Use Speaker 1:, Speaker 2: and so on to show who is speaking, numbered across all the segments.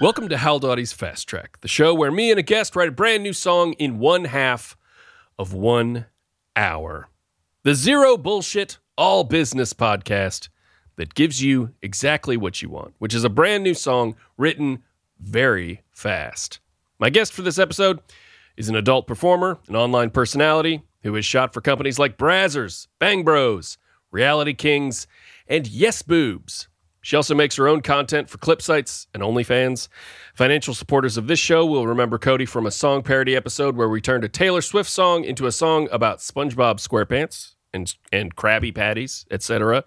Speaker 1: Welcome to Hal Dottie's Fast Track, the show where me and a guest write a brand new song in one half of one hour. The zero bullshit, all business podcast that gives you exactly what you want, which is a brand new song written very fast. My guest for this episode is an adult performer, an online personality who has shot for companies like Brazzers, Bang Bros, Reality Kings, and Yes Boobs. She also makes her own content for clip sites and OnlyFans. Financial supporters of this show will remember Cody from a song parody episode where we turned a Taylor Swift song into a song about SpongeBob SquarePants and and Krabby Patties, etc.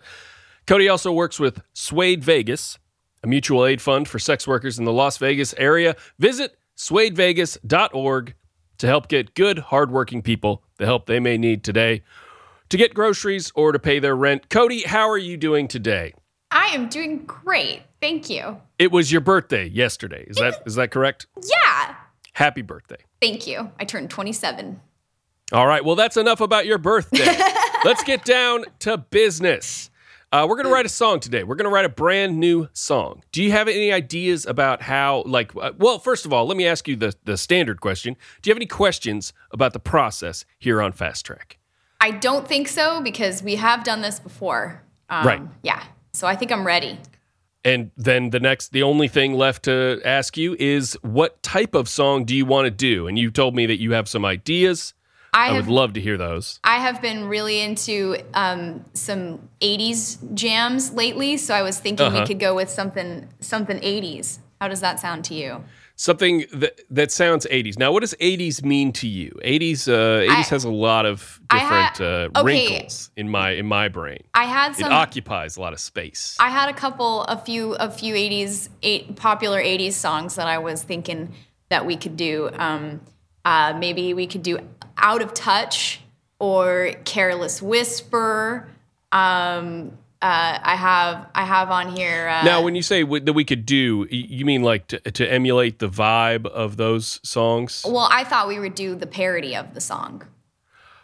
Speaker 1: Cody also works with Suede Vegas, a mutual aid fund for sex workers in the Las Vegas area. Visit suedevegas.org to help get good, hardworking people the help they may need today to get groceries or to pay their rent. Cody, how are you doing today?
Speaker 2: I am doing great. Thank you.
Speaker 1: It was your birthday yesterday. Is that is that correct?
Speaker 2: Yeah.
Speaker 1: Happy birthday.
Speaker 2: Thank you. I turned 27.
Speaker 1: All right. Well, that's enough about your birthday. Let's get down to business. Uh, we're going to write a song today. We're going to write a brand new song. Do you have any ideas about how, like, uh, well, first of all, let me ask you the, the standard question. Do you have any questions about the process here on Fast Track?
Speaker 2: I don't think so because we have done this before. Um,
Speaker 1: Right.
Speaker 2: Yeah. So I think I'm ready.
Speaker 1: And then the next, the only thing left to ask you is what type of song do you want to do? And you told me that you have some ideas.
Speaker 2: I,
Speaker 1: I
Speaker 2: have
Speaker 1: would love to hear those.
Speaker 2: I have been really into um, some 80s jams lately, so I was thinking
Speaker 1: Uh-huh.
Speaker 2: we could go with something something 80s. How does that sound to you?
Speaker 1: something that that sounds 80s now what does 80s mean to you 80s uh 80s has a lot of
Speaker 2: I
Speaker 1: different
Speaker 2: ha-
Speaker 1: uh,
Speaker 2: okay.
Speaker 1: wrinkles in my in my brain
Speaker 2: I had
Speaker 1: it
Speaker 2: some
Speaker 1: occupies a lot of space
Speaker 2: I had a couple, a few, a few '80s, eight, popular '80s songs that I was thinking that we could do. Um, uh, maybe we could do "Out of Touch" or "Careless Whisper." Um, uh, I have, I have on here. Uh,
Speaker 1: now when you say w- that we could do y- you mean like to, to emulate the vibe of those songs
Speaker 2: well, I thought we would do the parody of the song,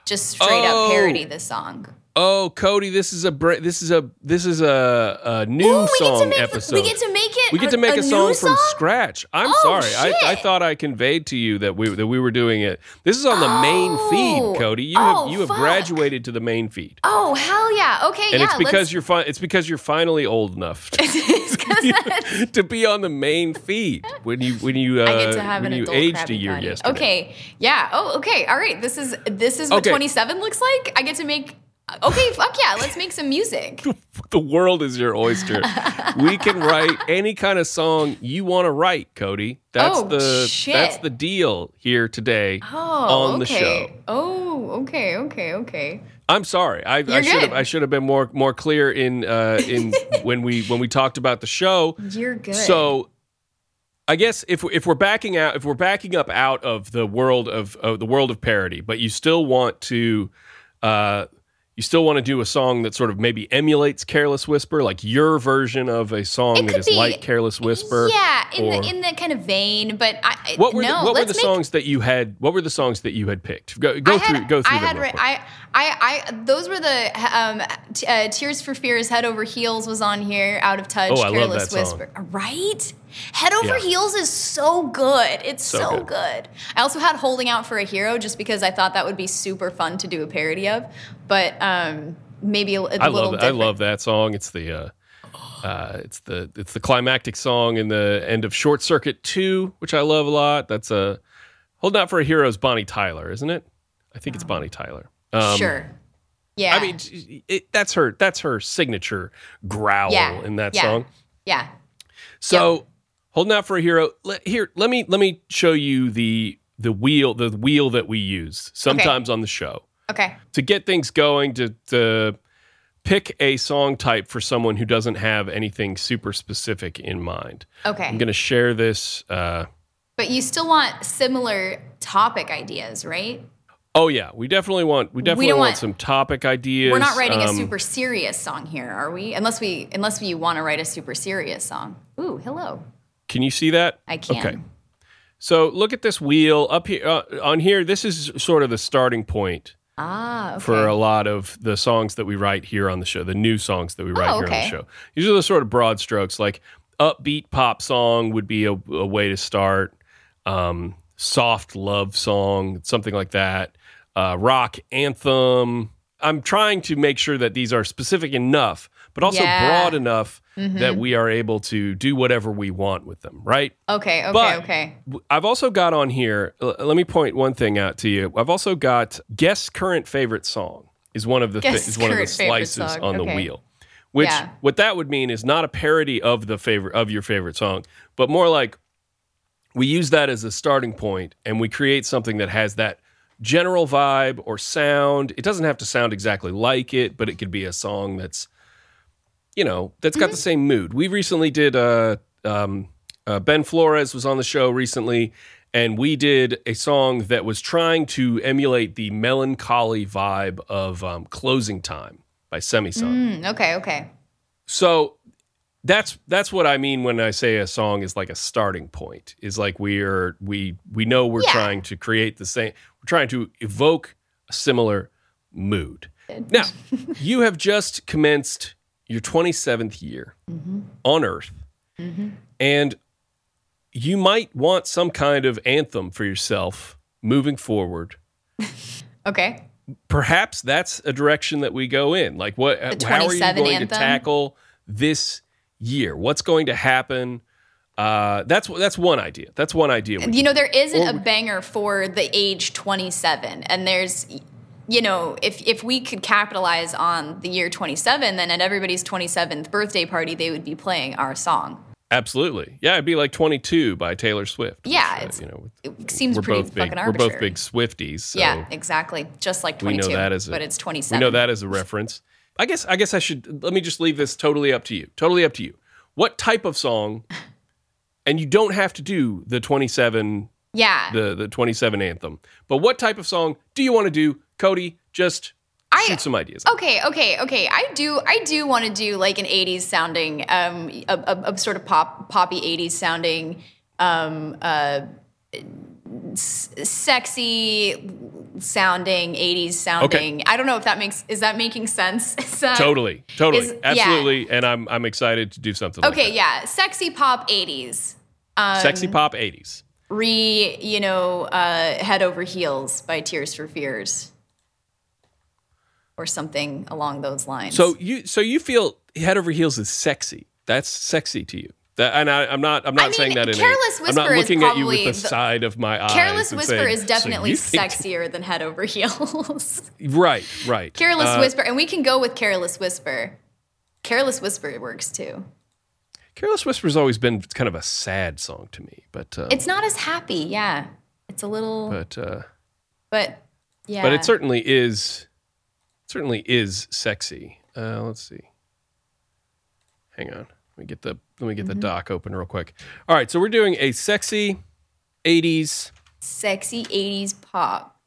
Speaker 2: just straight
Speaker 1: Oh.
Speaker 2: up parody the song.
Speaker 1: oh cody this is a br- this is a this is a, a new
Speaker 2: Ooh, we
Speaker 1: song
Speaker 2: get to make,
Speaker 1: episode
Speaker 2: we get to make it.
Speaker 1: We get to make a,
Speaker 2: new
Speaker 1: song, from scratch. I'm
Speaker 2: Oh,
Speaker 1: sorry. I, I
Speaker 2: shit.
Speaker 1: thought I conveyed to you that we that we were doing it. This is on the main
Speaker 2: Oh.
Speaker 1: feed, Cody. You
Speaker 2: Oh,
Speaker 1: have you have
Speaker 2: fuck.
Speaker 1: graduated to the main feed.
Speaker 2: Oh hell yeah! Okay,
Speaker 1: And it's
Speaker 2: yeah. let's-
Speaker 1: because you're fi- it's because you're finally old enough
Speaker 2: it's 'cause
Speaker 1: to, to be on the main feed when you when you uh,
Speaker 2: I get to have
Speaker 1: when
Speaker 2: an
Speaker 1: you
Speaker 2: adult
Speaker 1: aged a
Speaker 2: Krabby
Speaker 1: year
Speaker 2: Patty.
Speaker 1: yesterday.
Speaker 2: Okay. Yeah. Oh, okay. All right. This is this is what
Speaker 1: Okay.
Speaker 2: 27 looks like. I get to make Okay, fuck yeah. Let's make some music.
Speaker 1: The world is your oyster. we can write any kind of song you want to write, Cody. That's
Speaker 2: Oh,
Speaker 1: the that's
Speaker 2: shit.
Speaker 1: the deal here today
Speaker 2: Oh,
Speaker 1: on the
Speaker 2: okay.
Speaker 1: show.
Speaker 2: Oh, okay. Okay. Okay.
Speaker 1: I'm sorry. I, I should have
Speaker 2: good.
Speaker 1: I should have been more more clear in uh, in when we when we talked about the show.
Speaker 2: You're good.
Speaker 1: So I guess if if we're backing out if we're backing up out of the world of, of the world of parody, but you still want to uh, you still want to do a song that sort of maybe emulates Careless Whisper, like your version of a
Speaker 2: It
Speaker 1: song that
Speaker 2: could
Speaker 1: is
Speaker 2: be-
Speaker 1: like Careless Whisper.
Speaker 2: yeah, in
Speaker 1: or-
Speaker 2: the in that kind of vein, but I
Speaker 1: What were
Speaker 2: no,
Speaker 1: the, what were
Speaker 2: let's
Speaker 1: the
Speaker 2: make
Speaker 1: songs that you had? What were the songs that you had picked? Go, go
Speaker 2: I
Speaker 1: through
Speaker 2: had,
Speaker 1: go through
Speaker 2: I
Speaker 1: them.
Speaker 2: had
Speaker 1: real
Speaker 2: re-
Speaker 1: quick.
Speaker 2: I, I, I, those were the um, t- uh, Tears for Fears. Head over heels was on here. Out of touch.
Speaker 1: Oh, I love
Speaker 2: careless
Speaker 1: that song.
Speaker 2: whisper. Uh, Right. Head over
Speaker 1: Yeah.
Speaker 2: heels is so good. It's so,
Speaker 1: good.
Speaker 2: good. I also had holding out for a hero just because I thought that would be super fun to do a parody of, but um, maybe a, a
Speaker 1: I
Speaker 2: little
Speaker 1: love I
Speaker 2: different.
Speaker 1: love that song. It's the uh, uh, it's the it's the climactic song in the end of Short Circuit Two, which I love a lot. That's a Hold Out for a Hero's Bonnie Tyler, isn't it? I think it's Bonnie Tyler. Uh, Um,
Speaker 2: sure. Yeah.
Speaker 1: I mean, it, that's her that's her signature growl
Speaker 2: yeah.
Speaker 1: in that
Speaker 2: yeah.
Speaker 1: song.
Speaker 2: Yeah.
Speaker 1: So holding out for a hero. Let, here, let me let me show you the the wheel the wheel that we use sometimes on the show
Speaker 2: Okay.
Speaker 1: to get things going to, to pick a song type for someone who doesn't have anything super specific in mind i'm
Speaker 2: Okay.
Speaker 1: going to share this uh,
Speaker 2: but you still want similar topic ideas, right?
Speaker 1: oh yeah we definitely want we definitely
Speaker 2: don't
Speaker 1: want,
Speaker 2: want-
Speaker 1: some topic ideas
Speaker 2: We're not writing a
Speaker 1: Um,
Speaker 2: super serious song here, are we? Unless we unless you want to write a super serious song. Ooh, hello.
Speaker 1: can you see that
Speaker 2: I can.
Speaker 1: okay so look at this wheel up here uh, on here this is sort of the starting point
Speaker 2: Ah, okay.
Speaker 1: for a lot of the songs that we write here on the show, the new songs that we write
Speaker 2: Oh,
Speaker 1: here on
Speaker 2: okay.
Speaker 1: the show. These are the sort of broad strokes like upbeat pop song would be a, a way to start. Um, soft love song, something like that. Uh, rock anthem. I'm trying to make sure that these are specific enough, but also
Speaker 2: Yeah. Mm-hmm.
Speaker 1: broad enough that we are able to do whatever we want with them, right?
Speaker 2: Okay, okay,
Speaker 1: But-
Speaker 2: okay.
Speaker 1: W- I've also got on here, l- let me point one thing out to you. I've also got guess current favorite song is one of the thi-
Speaker 2: Guess
Speaker 1: is one of the
Speaker 2: current favorite
Speaker 1: slices
Speaker 2: song,
Speaker 1: on the
Speaker 2: okay.
Speaker 1: wheel. Which
Speaker 2: Yeah.
Speaker 1: what that would mean is not a parody of the favorite of your favorite song, but more like we use that as a starting point and we create something that has that general vibe or sound. It doesn't have to sound exactly like it, but it could be a song that's you know, that's got the same mood. We recently did uh, um, uh, Ben Flores was on the show recently, and we did a song that was trying to emulate the melancholy vibe of um, "Closing Time" by Semi-Sun.
Speaker 2: Mm, okay, okay.
Speaker 1: So that's that's what I mean when I say a song is like a starting point. Is like we are we we know we're
Speaker 2: Yeah.
Speaker 1: trying to create the same. We're trying to evoke a similar mood. Now, you have just commenced your 27th year on Earth, and you might want some kind of anthem for yourself moving forward.
Speaker 2: Okay.
Speaker 1: Perhaps that's a direction that we go in. Like, what?
Speaker 2: The
Speaker 1: How are you
Speaker 2: 27
Speaker 1: going to
Speaker 2: anthem?
Speaker 1: tackle this year? What's going to happen? Uh, that's that's one idea. That's one idea. we
Speaker 2: You know, there isn't
Speaker 1: Or
Speaker 2: a banger for the age 27. And there's, you know, if, if we could capitalize on the year 27, then at everybody's 27th birthday party, they would be playing our song.
Speaker 1: Absolutely. Yeah, it'd be like 22 by Taylor Swift. which,
Speaker 2: Yeah,
Speaker 1: uh,
Speaker 2: it's-
Speaker 1: you know,
Speaker 2: It seems
Speaker 1: we're
Speaker 2: pretty
Speaker 1: both
Speaker 2: fucking
Speaker 1: big.
Speaker 2: arbitrary.
Speaker 1: We're both big Swifties. So
Speaker 2: yeah, exactly. Just like
Speaker 1: we
Speaker 2: 22.
Speaker 1: know that as a,
Speaker 2: but it's 27.
Speaker 1: We know that as a reference. I guess I guess I should let me just leave this totally up to you. Totally up to you. What type of song? And you don't have to do the 27
Speaker 2: Yeah.
Speaker 1: the the 27 anthem. But what type of song do you want to do, Cody? Just
Speaker 2: I-
Speaker 1: shoot some ideas.
Speaker 2: Okay, okay, okay. I do, I do want to do like an '80s sounding, um, a, a, a sort of pop, poppy '80s sounding, um, uh, s- sexy sounding '80s sounding. I don't know if that makes is that making sense? Is that-
Speaker 1: Totally. Totally.
Speaker 2: Is- yeah.
Speaker 1: Absolutely. And I'm I'm excited to do something like
Speaker 2: Okay, um,
Speaker 1: that.
Speaker 2: yeah, sexy pop '80s.
Speaker 1: Sexy pop 80s.
Speaker 2: Re, you know, uh, head over heels by Tears for Fears, or something along those lines.
Speaker 1: So you so you feel head over heels is sexy. That's sexy to you. That, and I, I'm not. I'm not
Speaker 2: mean,
Speaker 1: saying that in
Speaker 2: Careless
Speaker 1: a, I'm not
Speaker 2: Whisper is
Speaker 1: looking at you with
Speaker 2: probably
Speaker 1: the,
Speaker 2: the-
Speaker 1: side of my eye.
Speaker 2: Careless Whisper is definitely sexier than Head Over Heels.
Speaker 1: Right. Right.
Speaker 2: Careless
Speaker 1: Uh,
Speaker 2: Whisper, and we can go with Careless Whisper. Careless Whisper works too.
Speaker 1: Careless Whisper's always been kind of a sad song to me, but um,
Speaker 2: It's not as happy, yeah. It's a little, but,
Speaker 1: but uh,
Speaker 2: yeah.
Speaker 1: but it certainly is certainly is sexy. Uh, let's see. Hang on. Let me get the let me get the
Speaker 2: Mm-hmm.
Speaker 1: doc open real quick. All right, so we're doing a sexy 80s
Speaker 2: sexy '80s pop.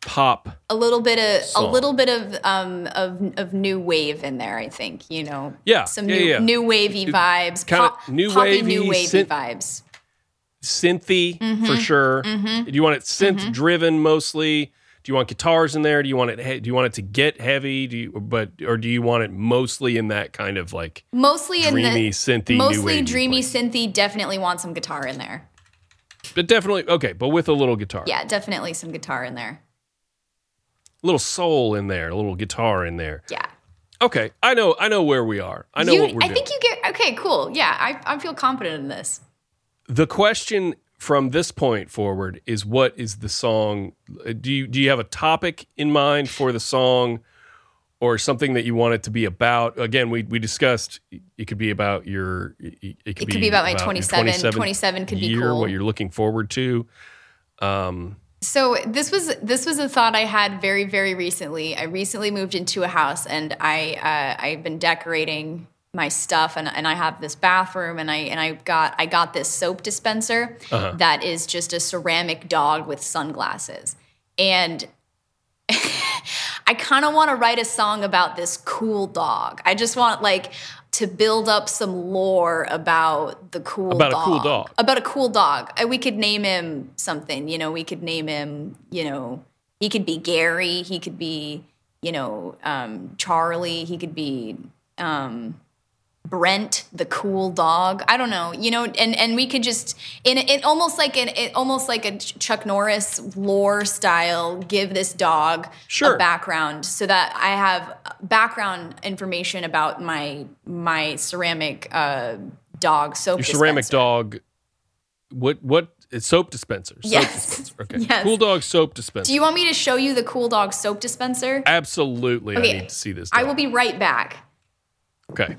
Speaker 1: pop.
Speaker 2: A little bit of a
Speaker 1: Song.
Speaker 2: little bit of um of of new wave in there. I think you know.
Speaker 1: Yeah,
Speaker 2: Some
Speaker 1: yeah,
Speaker 2: new
Speaker 1: yeah.
Speaker 2: new wavy vibes.
Speaker 1: kinda
Speaker 2: pop,
Speaker 1: new
Speaker 2: poppy
Speaker 1: wavy,
Speaker 2: new wavy
Speaker 1: synth-
Speaker 2: vibes.
Speaker 1: Synthy
Speaker 2: Mm-hmm.
Speaker 1: for sure. Do you want it synth driven mostly? Do you want guitars in there? Do you want it he- do you want it to get heavy? Do you but or do you want it mostly in that kind of like
Speaker 2: Mostly in
Speaker 1: dreamy
Speaker 2: the
Speaker 1: synthy new
Speaker 2: mostly
Speaker 1: wavy
Speaker 2: dreamy
Speaker 1: place?
Speaker 2: synthy. Definitely want some guitar in there.
Speaker 1: But definitely okay, but with a little guitar.
Speaker 2: Yeah, definitely some guitar in there.
Speaker 1: A little soul in there, a little guitar in there.
Speaker 2: Yeah.
Speaker 1: Okay, I know, I know where we are. I know
Speaker 2: you,
Speaker 1: what we're
Speaker 2: I
Speaker 1: doing.
Speaker 2: think you get okay, cool. Yeah, I, I feel confident in this.
Speaker 1: the question from this point forward is, what is the song? uh, Do you do you have a topic in mind for the song, or something that you want it to be about? Again, we we discussed it could be about your. It, it could,
Speaker 2: It could be about my
Speaker 1: your
Speaker 2: 27.
Speaker 1: 27th
Speaker 2: 27 could be
Speaker 1: year,
Speaker 2: cool.
Speaker 1: What you're looking forward to.
Speaker 2: So this was this was a thought I had very very recently. I recently moved into a house and I uh, I've been decorating my stuff and, and I have this bathroom and I and I got I got this soap dispenser
Speaker 1: Uh-huh.
Speaker 2: that is just a ceramic dog with sunglasses and. I kind of want to write a song about this cool dog. I just want like to build up some lore about the cool
Speaker 1: About a
Speaker 2: dog.
Speaker 1: cool dog.
Speaker 2: About a cool dog. Uh, We could name him something. You know, we could name him. You know, he could be Gary. He could be you know um, Charlie. He could be um, Brent the cool dog. I don't know, you know, and and we could just in it almost like an it almost like a Chuck Norris lore style. Give this dog
Speaker 1: Sure.
Speaker 2: a background so that I have uh, background information about my my ceramic uh, dog soap.
Speaker 1: Your ceramic
Speaker 2: dispenser.
Speaker 1: dog. What what? It's soap dispenser. Soap
Speaker 2: Yes.
Speaker 1: dispenser. Okay.
Speaker 2: Yes.
Speaker 1: Cool dog soap dispenser.
Speaker 2: Do you want me to show you the cool dog soap dispenser?
Speaker 1: Absolutely,
Speaker 2: Okay.
Speaker 1: I need to see this.
Speaker 2: I
Speaker 1: dog.
Speaker 2: will be right back.
Speaker 1: Okay.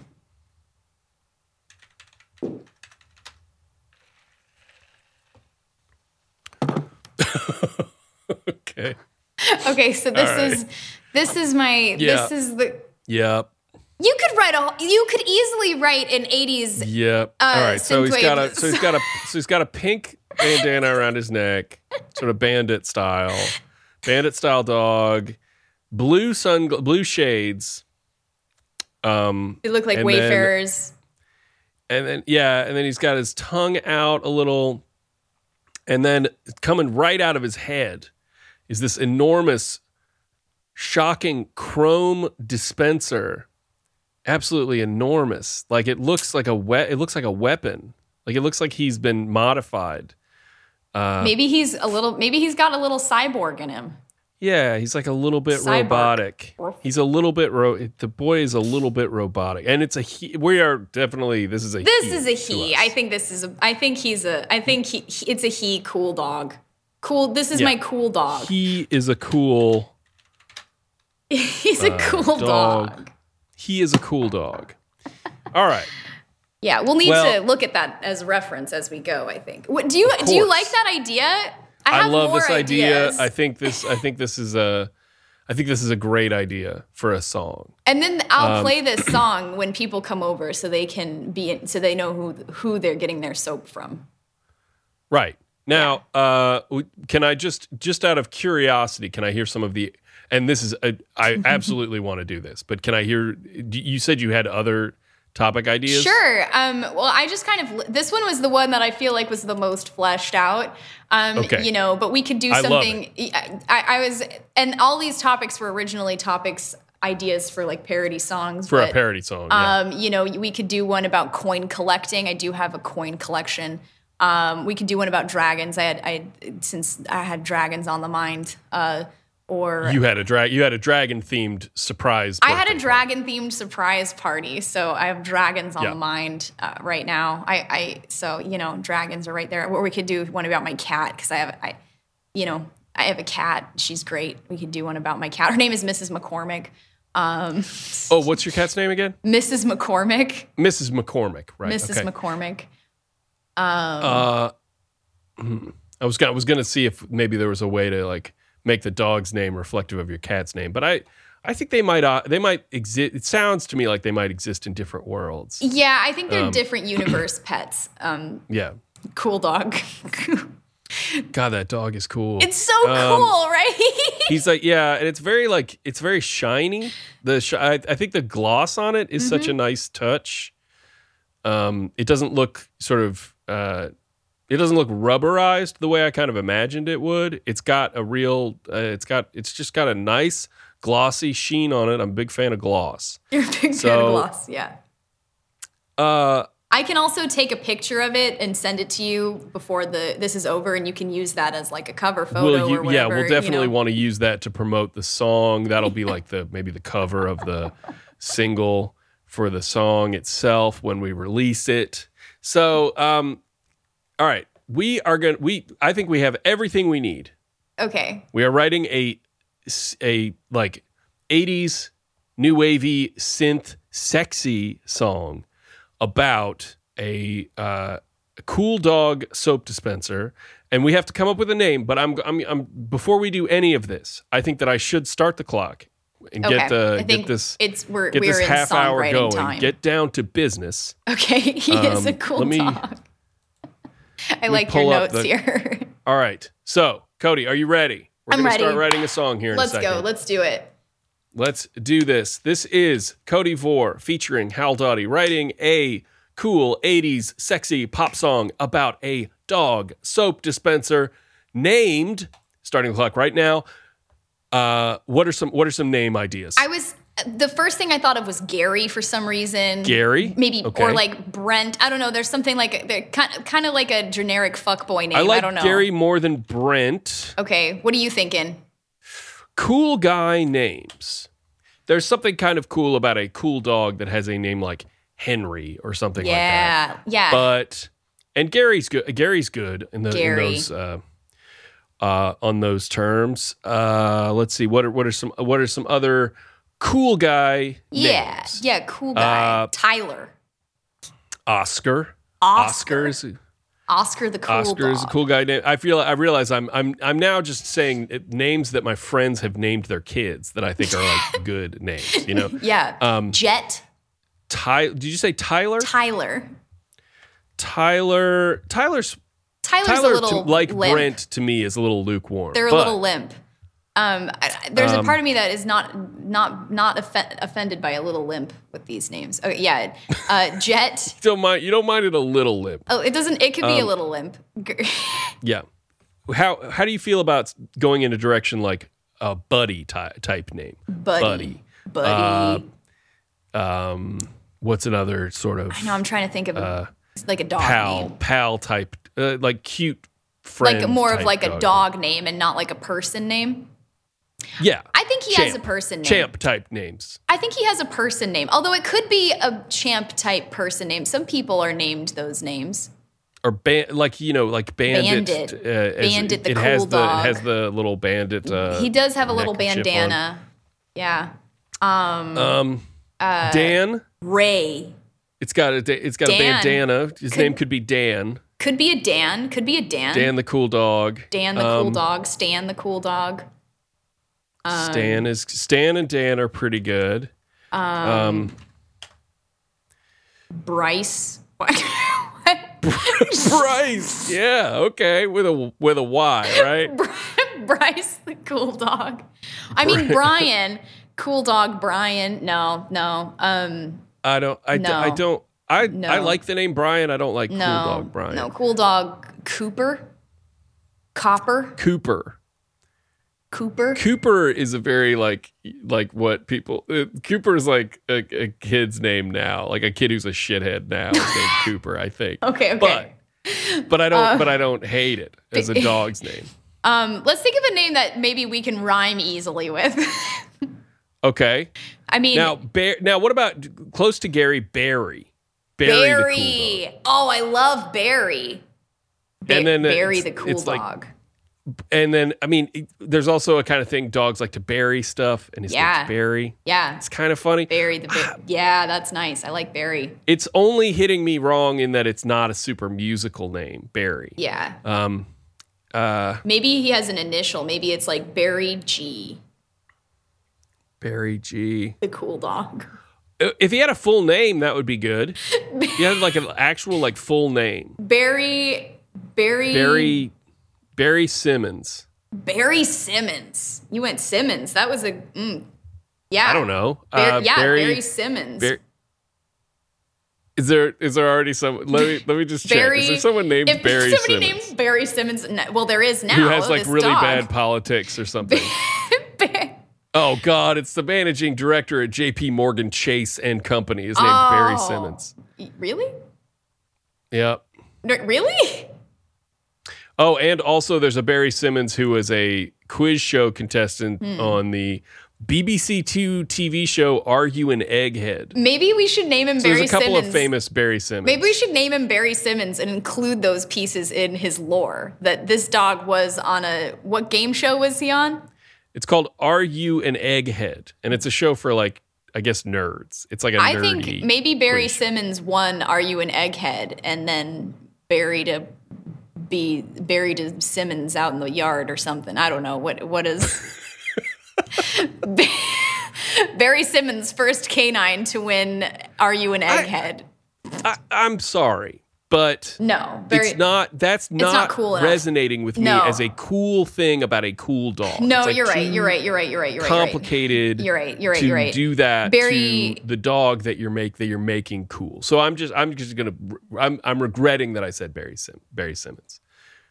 Speaker 1: okay.
Speaker 2: Okay, so this
Speaker 1: All right.
Speaker 2: is this is my
Speaker 1: Yeah.
Speaker 2: this is the
Speaker 1: Yep.
Speaker 2: you could write a whole- you could easily write an 80s
Speaker 1: Yep. All right. So he's
Speaker 2: synthwave.
Speaker 1: got a so he's got a so he's got a pink bandana around his neck, sort of bandit style, bandit style dog, blue sun blue shades. Um,
Speaker 2: They look like
Speaker 1: And then-
Speaker 2: wayfarers.
Speaker 1: and then yeah, and then he's got his tongue out a little, and then coming right out of his head is this enormous, shocking chrome dispenser, absolutely enormous. Like it looks like a we- it looks like a weapon. Like it looks like he's been modified. uh,
Speaker 2: maybe he's a little. Maybe he's got a little cyborg in him.
Speaker 1: Yeah, he's like a little bit
Speaker 2: Cyborg.
Speaker 1: robotic. He's a little bit ro- the boy is a little bit robotic, and it's a he. We are definitely this is a
Speaker 2: This
Speaker 1: he
Speaker 2: is a
Speaker 1: to
Speaker 2: he.
Speaker 1: us.
Speaker 2: I think this is a. I think he's a. I think he. he- It's a he. Cool dog. Cool. This is
Speaker 1: Yeah.
Speaker 2: my cool dog.
Speaker 1: he is a cool.
Speaker 2: he's a cool
Speaker 1: uh, dog.
Speaker 2: dog.
Speaker 1: He is a cool dog. All right.
Speaker 2: Yeah, we'll need
Speaker 1: Well-
Speaker 2: to look at that as reference as we go. I think. What, do you do you
Speaker 1: course.
Speaker 2: like that idea?
Speaker 1: I, love this idea.
Speaker 2: ideas.
Speaker 1: I think this I think this is a I think this is a great idea for a song.
Speaker 2: and then I'll
Speaker 1: Um,
Speaker 2: play this song when people come over, so they can be in, so they know who who they're getting their soap from.
Speaker 1: Right. Now, uh w- can I just just out of curiosity, can I hear some of the and this is a, I absolutely want to do this, but can I hear d- you said you had other topic ideas?
Speaker 2: Sure. Um, well, I just kind of this one was the one that I feel like was the most fleshed out. Um,
Speaker 1: Okay.
Speaker 2: You know, but we could do
Speaker 1: I love
Speaker 2: something. I, I was, and all these topics were originally topics ideas for like parody songs
Speaker 1: For
Speaker 2: but,
Speaker 1: a parody song. yeah.
Speaker 2: Um, you know, we could do one about coin collecting. I do have a coin collection. Um, we could do one about dragons. I had, I had- since I had dragons on the mind. Uh, or
Speaker 1: You had a drag you had a dragon themed surprise.
Speaker 2: I had
Speaker 1: birthday
Speaker 2: a dragon themed surprise party, so I have dragons on
Speaker 1: Yeah.
Speaker 2: the mind uh, right now. I, I so you know dragons are right there. Or we could do one about my cat because I have I, you know I have a cat. She's great. We could do one about my cat. Her name is Mrs. McCormick. Um,
Speaker 1: party. Oh, what's your cat's name again?
Speaker 2: Mrs. McCormick.
Speaker 1: Mrs. McCormick, right?
Speaker 2: Mrs.
Speaker 1: okay.
Speaker 2: McCormick.
Speaker 1: I was gonna, I was gonna see if maybe there was a way to like make the dog's name reflective of your cat's name, but I I think they might uh, they might exist. It sounds to me like they might exist in different worlds.
Speaker 2: Yeah, I
Speaker 1: Um.
Speaker 2: think they're different universe pets. Um,
Speaker 1: Yeah,
Speaker 2: cool dog.
Speaker 1: God, that dog is cool.
Speaker 2: it's so
Speaker 1: Um.
Speaker 2: cool, right?
Speaker 1: He's like yeah, and it's very like it's very shiny. The sh- I, I think the gloss on it is such a nice touch. Um, it doesn't look sort of uh, it doesn't look rubberized the way I kind of imagined it would. It's got a real uh, it's got it's just got a nice glossy sheen on it. I'm a big fan of gloss.
Speaker 2: You're a big fan
Speaker 1: So-
Speaker 2: of gloss. Yeah.
Speaker 1: Uh,
Speaker 2: I can also take a picture of it and send it to you before the this is over, and you can use that as like a cover
Speaker 1: will
Speaker 2: photo or
Speaker 1: you, yeah,
Speaker 2: whatever.
Speaker 1: we'll
Speaker 2: you
Speaker 1: definitely
Speaker 2: know.
Speaker 1: want to use that to promote the song. That'll be like the maybe the cover of the single for the song itself when we release it. So, um, all right, we are going. to We I think we have everything we need.
Speaker 2: Okay,
Speaker 1: We are writing a s- a like 80s new wavy synth sexy song about a, uh, a cool dog soap dispenser and we have to come up with a name but I'm, I'm I'm before we do any of this I think that I should start the clock and
Speaker 2: okay.
Speaker 1: get uh,
Speaker 2: I think
Speaker 1: get this
Speaker 2: it's we're
Speaker 1: get
Speaker 2: we're
Speaker 1: this
Speaker 2: in
Speaker 1: half hour
Speaker 2: songwriting
Speaker 1: going
Speaker 2: time.
Speaker 1: get down to business
Speaker 2: okay, he is a
Speaker 1: Um,
Speaker 2: cool
Speaker 1: let me-
Speaker 2: dog. I like your
Speaker 1: pull up
Speaker 2: notes
Speaker 1: the-
Speaker 2: here.
Speaker 1: all right so Cody are you ready we're
Speaker 2: I'm
Speaker 1: gonna start
Speaker 2: ready.
Speaker 1: writing a song here in
Speaker 2: Let's
Speaker 1: a second
Speaker 2: go. Let's do it.
Speaker 1: Let's do this. This is Cody Vore featuring Hal Dottie writing a cool 80s sexy pop song about a dog soap dispenser named starting the clock right now. Uh, what are some what are some name ideas?
Speaker 2: I was the first thing I thought of was Gary for some reason.
Speaker 1: Gary?
Speaker 2: maybe
Speaker 1: Okay.
Speaker 2: or like Brent. I don't know. There's something like they're kind kind of like a generic fuckboy name.
Speaker 1: I
Speaker 2: I,
Speaker 1: like
Speaker 2: don't know.
Speaker 1: Gary more than Brent.
Speaker 2: Okay, what are you thinking?
Speaker 1: Cool guy names. There's something kind of cool about a cool dog that has a name like Henry or something like that.
Speaker 2: yeah, yeah.
Speaker 1: but and Gary's good. Gary's good in, the, in
Speaker 2: Gary.
Speaker 1: those uh, uh, on those terms. Uh, let's see what are what are some what are some other cool guy
Speaker 2: yeah,
Speaker 1: names?
Speaker 2: yeah. Cool guy.
Speaker 1: Uh,
Speaker 2: Tyler.
Speaker 1: Oscar.
Speaker 2: Oscar.
Speaker 1: Oscars.
Speaker 2: Oscar the cool.
Speaker 1: Oscar is a
Speaker 2: dog.
Speaker 1: cool guy name. I feel. I realize I'm. I'm. I'm now just saying it- names that my friends have named their kids that I think are like good names. You know,
Speaker 2: Yeah.
Speaker 1: Um,
Speaker 2: Jet.
Speaker 1: Ty. Did you say Tyler?
Speaker 2: Tyler.
Speaker 1: Tyler. Tyler's.
Speaker 2: Tyler's
Speaker 1: Tyler,
Speaker 2: a little
Speaker 1: to, like
Speaker 2: limp.
Speaker 1: Brent, to me is a little lukewarm.
Speaker 2: They're a
Speaker 1: but-
Speaker 2: little limp. Um, I, I- there's a part of me that is not not not offe- offended by a little limp with these names. Oh yeah, uh, Jet.
Speaker 1: don't mind you don't mind it a little limp.
Speaker 2: Oh, it doesn't. It could
Speaker 1: Um,
Speaker 2: be a little limp.
Speaker 1: Yeah. How how do you feel about going in a direction like a buddy ty- type name?
Speaker 2: buddy, buddy.
Speaker 1: Uh, Um, what's another sort of
Speaker 2: no, I'm trying to think of a,
Speaker 1: uh,
Speaker 2: like a dog
Speaker 1: pal
Speaker 2: name,
Speaker 1: pal type uh, like cute friend?
Speaker 2: like more of
Speaker 1: type
Speaker 2: like a dog name and not like a person name.
Speaker 1: Yeah.
Speaker 2: I think he has a
Speaker 1: Champ.
Speaker 2: person name.
Speaker 1: Champ type names.
Speaker 2: I think he has a person name, although it could be a champ type person name. Some people are named those names.
Speaker 1: Or ban- like you know like bandit, uh,
Speaker 2: Bandit.
Speaker 1: as-
Speaker 2: Bandit the
Speaker 1: it has
Speaker 2: cool
Speaker 1: the
Speaker 2: dog.
Speaker 1: it has the little bandit. Uh,
Speaker 2: He does have a little
Speaker 1: neckerchief on.
Speaker 2: bandana. Yeah. uh,
Speaker 1: Dan.
Speaker 2: Ray.
Speaker 1: It's got a da- it's got
Speaker 2: Dan.
Speaker 1: a bandana. His name could be Dan.
Speaker 2: Could be a Dan. Could be a Dan.
Speaker 1: Dan um, the cool dog.
Speaker 2: Dan the cool dog. Stan the cool dog. Um,
Speaker 1: Stan is Stan and Dan are pretty good.
Speaker 2: Bryce.
Speaker 1: Bryce, yeah, okay, with a with a Y, right?
Speaker 2: Bryce the cool dog. I mean Brian. Cool dog Brian. No, no. Um
Speaker 1: I don't, I, d-
Speaker 2: No.
Speaker 1: I don't, I I
Speaker 2: No.
Speaker 1: like the name Brian. I don't like
Speaker 2: no.
Speaker 1: cool dog Brian.
Speaker 2: No, cool dog Cooper. Copper.
Speaker 1: Cooper.
Speaker 2: Cooper.
Speaker 1: Cooper is a very like like what people uh, Cooper is like a, a kid's name now, like a kid who's a shithead now is named Cooper, I think.
Speaker 2: Okay, Uh, okay.
Speaker 1: But but I don't but I don't hate it as a dog's name.
Speaker 2: Um, let's think of a name that maybe we can rhyme easily with.
Speaker 1: Okay.
Speaker 2: I mean
Speaker 1: Now, Bar- now, what about close to Gary Barry? the cool
Speaker 2: Barry.
Speaker 1: dog.
Speaker 2: oh, I love Barry. Ba-
Speaker 1: And then
Speaker 2: Barry
Speaker 1: it's-
Speaker 2: the cool
Speaker 1: it's like-
Speaker 2: dog.
Speaker 1: and then I mean, it- there's also a kind of thing dogs like to bury stuff, and his
Speaker 2: Yeah.
Speaker 1: name's Barry.
Speaker 2: yeah.
Speaker 1: It's kind of funny.
Speaker 2: Barry the ba- Yeah, that's nice. I like Barry.
Speaker 1: It's only hitting me wrong in that it's not a super musical name, Barry.
Speaker 2: Yeah.
Speaker 1: Um, uh,
Speaker 2: Maybe he has an initial. Maybe it's like Barry G,
Speaker 1: Barry G.
Speaker 2: the cool dog.
Speaker 1: Uh, If he had a full name, that would be good. he had like an actual like full name,
Speaker 2: Barry Barry
Speaker 1: Barry Barry Simmons.
Speaker 2: Barry Simmons. You went Simmons. That was a mm, Yeah.
Speaker 1: I don't know.
Speaker 2: Bar-
Speaker 1: Uh,
Speaker 2: yeah, Barry,
Speaker 1: Barry
Speaker 2: Simmons.
Speaker 1: Bar- is there is there already some? Let me let me just check.
Speaker 2: Barry,
Speaker 1: is there someone named
Speaker 2: if
Speaker 1: Barry
Speaker 2: somebody
Speaker 1: Simmons
Speaker 2: named Barry Simmons, n- well, there is now.
Speaker 1: who has like
Speaker 2: oh, this
Speaker 1: really
Speaker 2: dog.
Speaker 1: bad politics or something?
Speaker 2: Barry-
Speaker 1: oh God, it's the managing director at J.P. Morgan Chase and Company. His name's Barry
Speaker 2: Oh.
Speaker 1: Simmons.
Speaker 2: Really?
Speaker 1: Yep.
Speaker 2: No, really?
Speaker 1: Oh, and also there's a Barry Simmons who was a quiz show contestant
Speaker 2: Hmm.
Speaker 1: on the BBC Two TV show Are You an Egghead?
Speaker 2: Maybe we should name him
Speaker 1: So
Speaker 2: Barry
Speaker 1: there's a couple
Speaker 2: Simmons.
Speaker 1: of famous Barry Simmons.
Speaker 2: Maybe we should name him Barry Simmons and include those pieces in his lore. That this dog was on a what game show was he on?
Speaker 1: It's called Are You an Egghead? And it's a show for like, I guess, nerds. It's like a
Speaker 2: I
Speaker 1: nerdy.
Speaker 2: think maybe Barry Simmons won Are You an Egghead and then buried a be buried a Simmons out in the yard or something. I don't know. What what is Barry Simmons first canine to win Are You an Egghead?
Speaker 1: I, I'm sorry, but
Speaker 2: no. Barry,
Speaker 1: it's not. That's not,
Speaker 2: cool enough.
Speaker 1: resonating with me
Speaker 2: No.
Speaker 1: as a cool thing about a cool dog.
Speaker 2: No,
Speaker 1: It's, like,
Speaker 2: you're right.
Speaker 1: too
Speaker 2: You're right. You're right. You're right. You're right. you're right.
Speaker 1: Complicated.
Speaker 2: You're right, you're right,
Speaker 1: to
Speaker 2: you're right.
Speaker 1: Do that
Speaker 2: Barry-
Speaker 1: to the dog that you're make that you're making cool. So I'm just I'm just gonna I'm I'm regretting that I said Barry Sim Barry Simmons.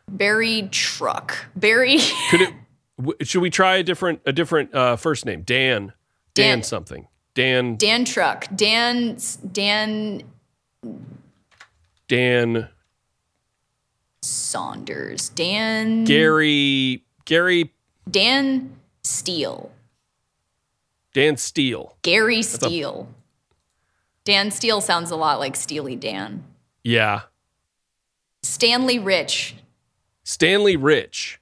Speaker 2: Barry truck. Barry
Speaker 1: Could it? w- should we try a different a different uh, first name? Dan. Dan
Speaker 2: Dan.
Speaker 1: something. Dan
Speaker 2: Dan Truck, Dan Dan
Speaker 1: Dan
Speaker 2: Saunders, Dan
Speaker 1: Gary Gary
Speaker 2: Dan Steele,
Speaker 1: Dan Steele.
Speaker 2: Gary Steele. Dan Steele sounds a lot like Steely Dan.
Speaker 1: Yeah.
Speaker 2: Stanley Rich.
Speaker 1: Stanley Rich.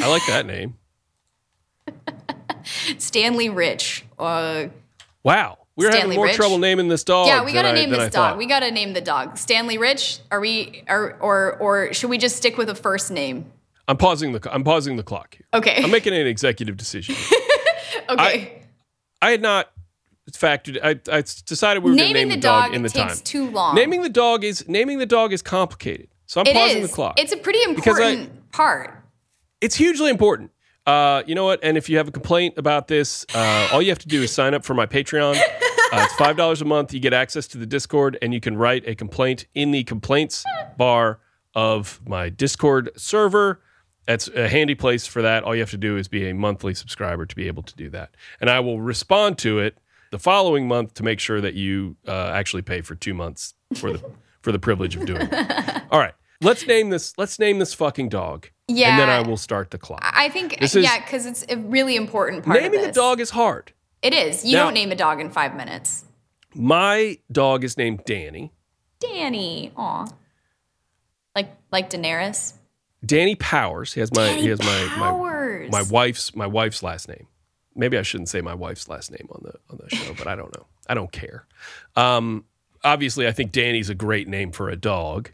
Speaker 1: I like that name.
Speaker 2: Stanley Rich. Uh,
Speaker 1: Wow. We're having
Speaker 2: Stanley
Speaker 1: more
Speaker 2: Rich?
Speaker 1: trouble naming this dog.
Speaker 2: yeah, we
Speaker 1: than
Speaker 2: gotta
Speaker 1: Oh, I-
Speaker 2: name
Speaker 1: than
Speaker 2: this
Speaker 1: I
Speaker 2: dog.
Speaker 1: thought.
Speaker 2: We gotta name the dog. Stanley Rich. Are we? Are, or or should we just stick with a first name?
Speaker 1: I'm pausing the I'm pausing the clock here.
Speaker 2: Okay.
Speaker 1: I'm making an executive decision.
Speaker 2: okay.
Speaker 1: I had not factored. I, I decided we were going to
Speaker 2: Naming
Speaker 1: name
Speaker 2: the
Speaker 1: dog,
Speaker 2: dog
Speaker 1: in the
Speaker 2: it takes
Speaker 1: time.
Speaker 2: too long.
Speaker 1: naming the dog is naming the dog is complicated. So I'm
Speaker 2: It
Speaker 1: pausing
Speaker 2: is.
Speaker 1: the clock.
Speaker 2: It's a pretty
Speaker 1: Because I-
Speaker 2: important part.
Speaker 1: it's hugely important. Uh, you know what? And if you have a complaint about this, uh, all you have to do is sign up for my Patreon. Uh, it's five dollars a month. You get access to the Discord, and you can write a complaint in the complaints bar of my Discord server. That's a handy place for that. All you have to do is be a monthly subscriber to be able to do that, and I will respond to it the following month to make sure that you uh, actually pay for two months for the for the privilege of doing. It. All right, let's name this. Let's name this fucking dog. and then
Speaker 2: Yeah.
Speaker 1: I will start the clock.
Speaker 2: I think
Speaker 1: This is-
Speaker 2: yeah, because it's a really important part.
Speaker 1: Naming
Speaker 2: of
Speaker 1: the
Speaker 2: this.
Speaker 1: dog is hard.
Speaker 2: It is. You
Speaker 1: Now-
Speaker 2: don't name a dog in five minutes.
Speaker 1: My dog is named Danny.
Speaker 2: Danny. Aw. Like like Daenerys.
Speaker 1: Danny Powers. He has my he has my, my
Speaker 2: Powers.
Speaker 1: my wife's my wife's last name. Maybe I shouldn't say my wife's last name on the on the show, but I don't know. I don't care. Um, obviously, I think Danny's a great name for a dog.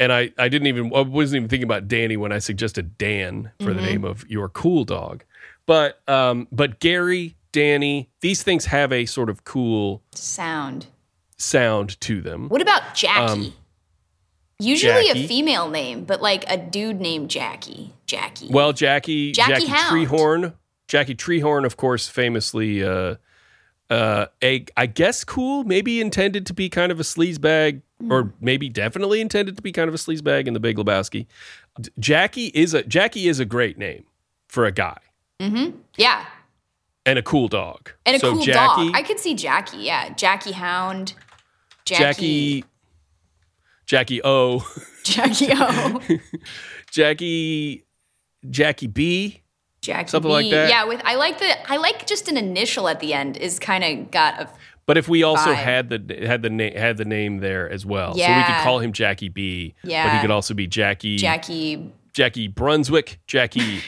Speaker 1: And I, I didn't even I wasn't even thinking about Danny when I suggested Dan for
Speaker 2: Mm-hmm.
Speaker 1: the name of your cool dog. But um, but Gary, Danny, these things have a sort of cool
Speaker 2: sound.
Speaker 1: sound to them.
Speaker 2: What about Jackie? Usually
Speaker 1: Um, Jackie.
Speaker 2: a female name, but like a dude named Jackie. Jackie.
Speaker 1: Well, Jackie Jackie,
Speaker 2: Jackie Hound.
Speaker 1: Treehorn, Jackie Treehorn, of course, famously, uh, uh, a I guess cool, maybe intended to be kind of a sleazebag,
Speaker 2: Hmm.
Speaker 1: or maybe definitely intended to be kind of a sleazebag in the Big Lebowski. D- Jackie is a Jackie is a great name for a guy
Speaker 2: yeah.
Speaker 1: and a cool dog
Speaker 2: And a
Speaker 1: So
Speaker 2: cool
Speaker 1: Jackie,
Speaker 2: dog. I could see Jackie. Yeah. Jackie Hound. Jackie.
Speaker 1: Jackie, Jackie O,
Speaker 2: Jackie. O.
Speaker 1: Jackie, Jackie B.
Speaker 2: Jackie.
Speaker 1: Something like
Speaker 2: B.
Speaker 1: that.
Speaker 2: Yeah. With I like the I like just an initial at the end is kind of got a
Speaker 1: But if we also
Speaker 2: Vibe.
Speaker 1: had the had the name had the name there as well, so we
Speaker 2: Yeah.
Speaker 1: could call him Jackie B. but he
Speaker 2: Yeah.
Speaker 1: could also be Jackie
Speaker 2: Jackie.
Speaker 1: Jackie Brunswick, Jackie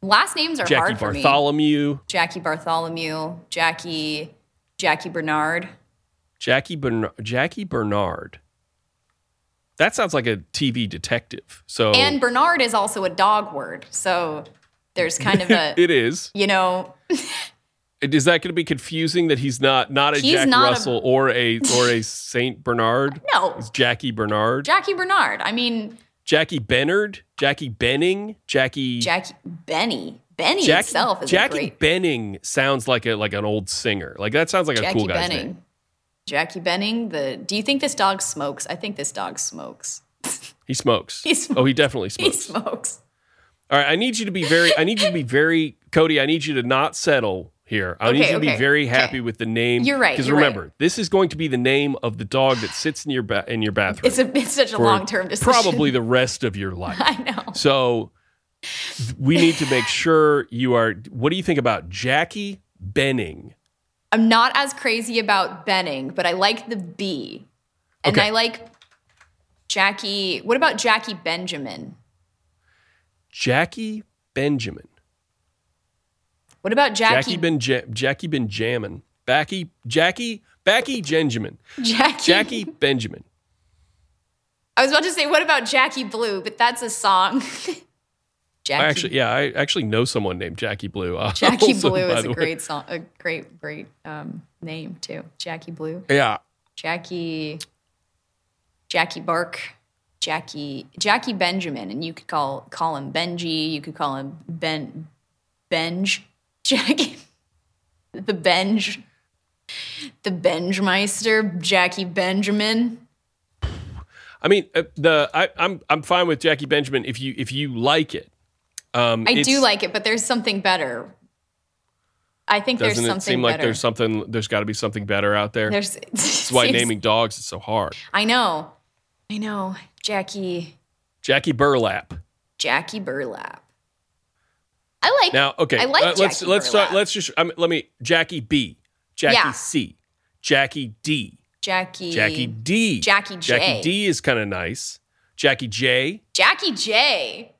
Speaker 2: Last names are
Speaker 1: Jackie
Speaker 2: hard for me.
Speaker 1: Bartholomew,
Speaker 2: Jackie Bartholomew. Jackie. Jackie Bernard.
Speaker 1: Jackie Bernard, Jackie Bernard. That sounds like a TV detective. So
Speaker 2: And Bernard is also a dog word, so there's kind of a
Speaker 1: it is.
Speaker 2: you know
Speaker 1: Is that going to be confusing that he's not not a
Speaker 2: He's
Speaker 1: Jack
Speaker 2: not a-
Speaker 1: Russell or a or a Saint Bernard?
Speaker 2: no
Speaker 1: It's Jackie Bernard,
Speaker 2: Jackie Bernard. I mean
Speaker 1: Jackie Bennard, Jackie Benning, Jackie
Speaker 2: Jackie Benny. Benny
Speaker 1: Jackie,
Speaker 2: itself is
Speaker 1: Jackie
Speaker 2: a great
Speaker 1: Benning sounds like a like an old singer. Like that sounds like a
Speaker 2: Jackie
Speaker 1: cool guy's
Speaker 2: Benning.
Speaker 1: name.
Speaker 2: Jackie Benning. The Do you think this dog smokes? I think this dog smokes.
Speaker 1: He smokes.
Speaker 2: He smokes.
Speaker 1: Oh, he definitely
Speaker 2: He
Speaker 1: smokes.
Speaker 2: smokes.
Speaker 1: All right, I need you to be very. I need you to be very, Cody. I need you to not settle here. I need
Speaker 2: Okay,
Speaker 1: you to be
Speaker 2: okay,
Speaker 1: very
Speaker 2: okay.
Speaker 1: happy with the name.
Speaker 2: You're right,
Speaker 1: Because
Speaker 2: you're right.
Speaker 1: remember, this is going to be the name of the dog that sits in your ba- in your bathroom.
Speaker 2: It's a it's such a
Speaker 1: for
Speaker 2: long term decision.
Speaker 1: Probably the rest of your life.
Speaker 2: I know.
Speaker 1: So th- we need to make sure you are. What do you think about Jackie Benning?
Speaker 2: I'm not as crazy about Benning, but I like the B, and
Speaker 1: Okay.
Speaker 2: I like Jackie. What about Jackie Benjamin?
Speaker 1: Jackie Benjamin.
Speaker 2: What about
Speaker 1: Jackie
Speaker 2: Jackie?
Speaker 1: Benja- Jackie Benjamin. Backy Jackie Backy Benjamin.
Speaker 2: Jackie.
Speaker 1: Jackie Benjamin.
Speaker 2: I was about to say, what about Jackie Blue? But that's a song. Jackie.
Speaker 1: I actually, yeah, I actually know someone named Jackie Blue. Uh,
Speaker 2: Jackie
Speaker 1: also,
Speaker 2: Blue
Speaker 1: by
Speaker 2: is
Speaker 1: the
Speaker 2: a
Speaker 1: way.
Speaker 2: great song, a great, great um, name too. Jackie Blue,
Speaker 1: Yeah,
Speaker 2: Jackie, Jackie Bark, Jackie, Jackie Benjamin, and you could call call him Benji. You could call him Ben, Benj, Jackie, the Benj, the Benjmeister, Jackie Benjamin.
Speaker 1: I mean uh, the I, I'm I'm fine with Jackie Benjamin if you if you like it. Um,
Speaker 2: I
Speaker 1: it's-
Speaker 2: do like it, but there's something better. I think
Speaker 1: Doesn't
Speaker 2: there's
Speaker 1: it
Speaker 2: something
Speaker 1: seem
Speaker 2: better.
Speaker 1: like there's something? There's got to be something better out there.
Speaker 2: There's-
Speaker 1: That's why
Speaker 2: seems-
Speaker 1: naming dogs is so hard.
Speaker 2: I know, I know, Jackie,
Speaker 1: Jackie Burlap.
Speaker 2: Jackie Burlap. I like.
Speaker 1: Now, okay,
Speaker 2: I like
Speaker 1: uh, let's
Speaker 2: Jackie
Speaker 1: let's
Speaker 2: Burlap.
Speaker 1: start. Let's just um, let me Jackie B, Jackie
Speaker 2: Yeah.
Speaker 1: C, Jackie D,
Speaker 2: Jackie.
Speaker 1: Jackie D,
Speaker 2: E. Jackie
Speaker 1: Jackie
Speaker 2: J.
Speaker 1: D is kind of nice. Jackie J,
Speaker 2: Jackie J.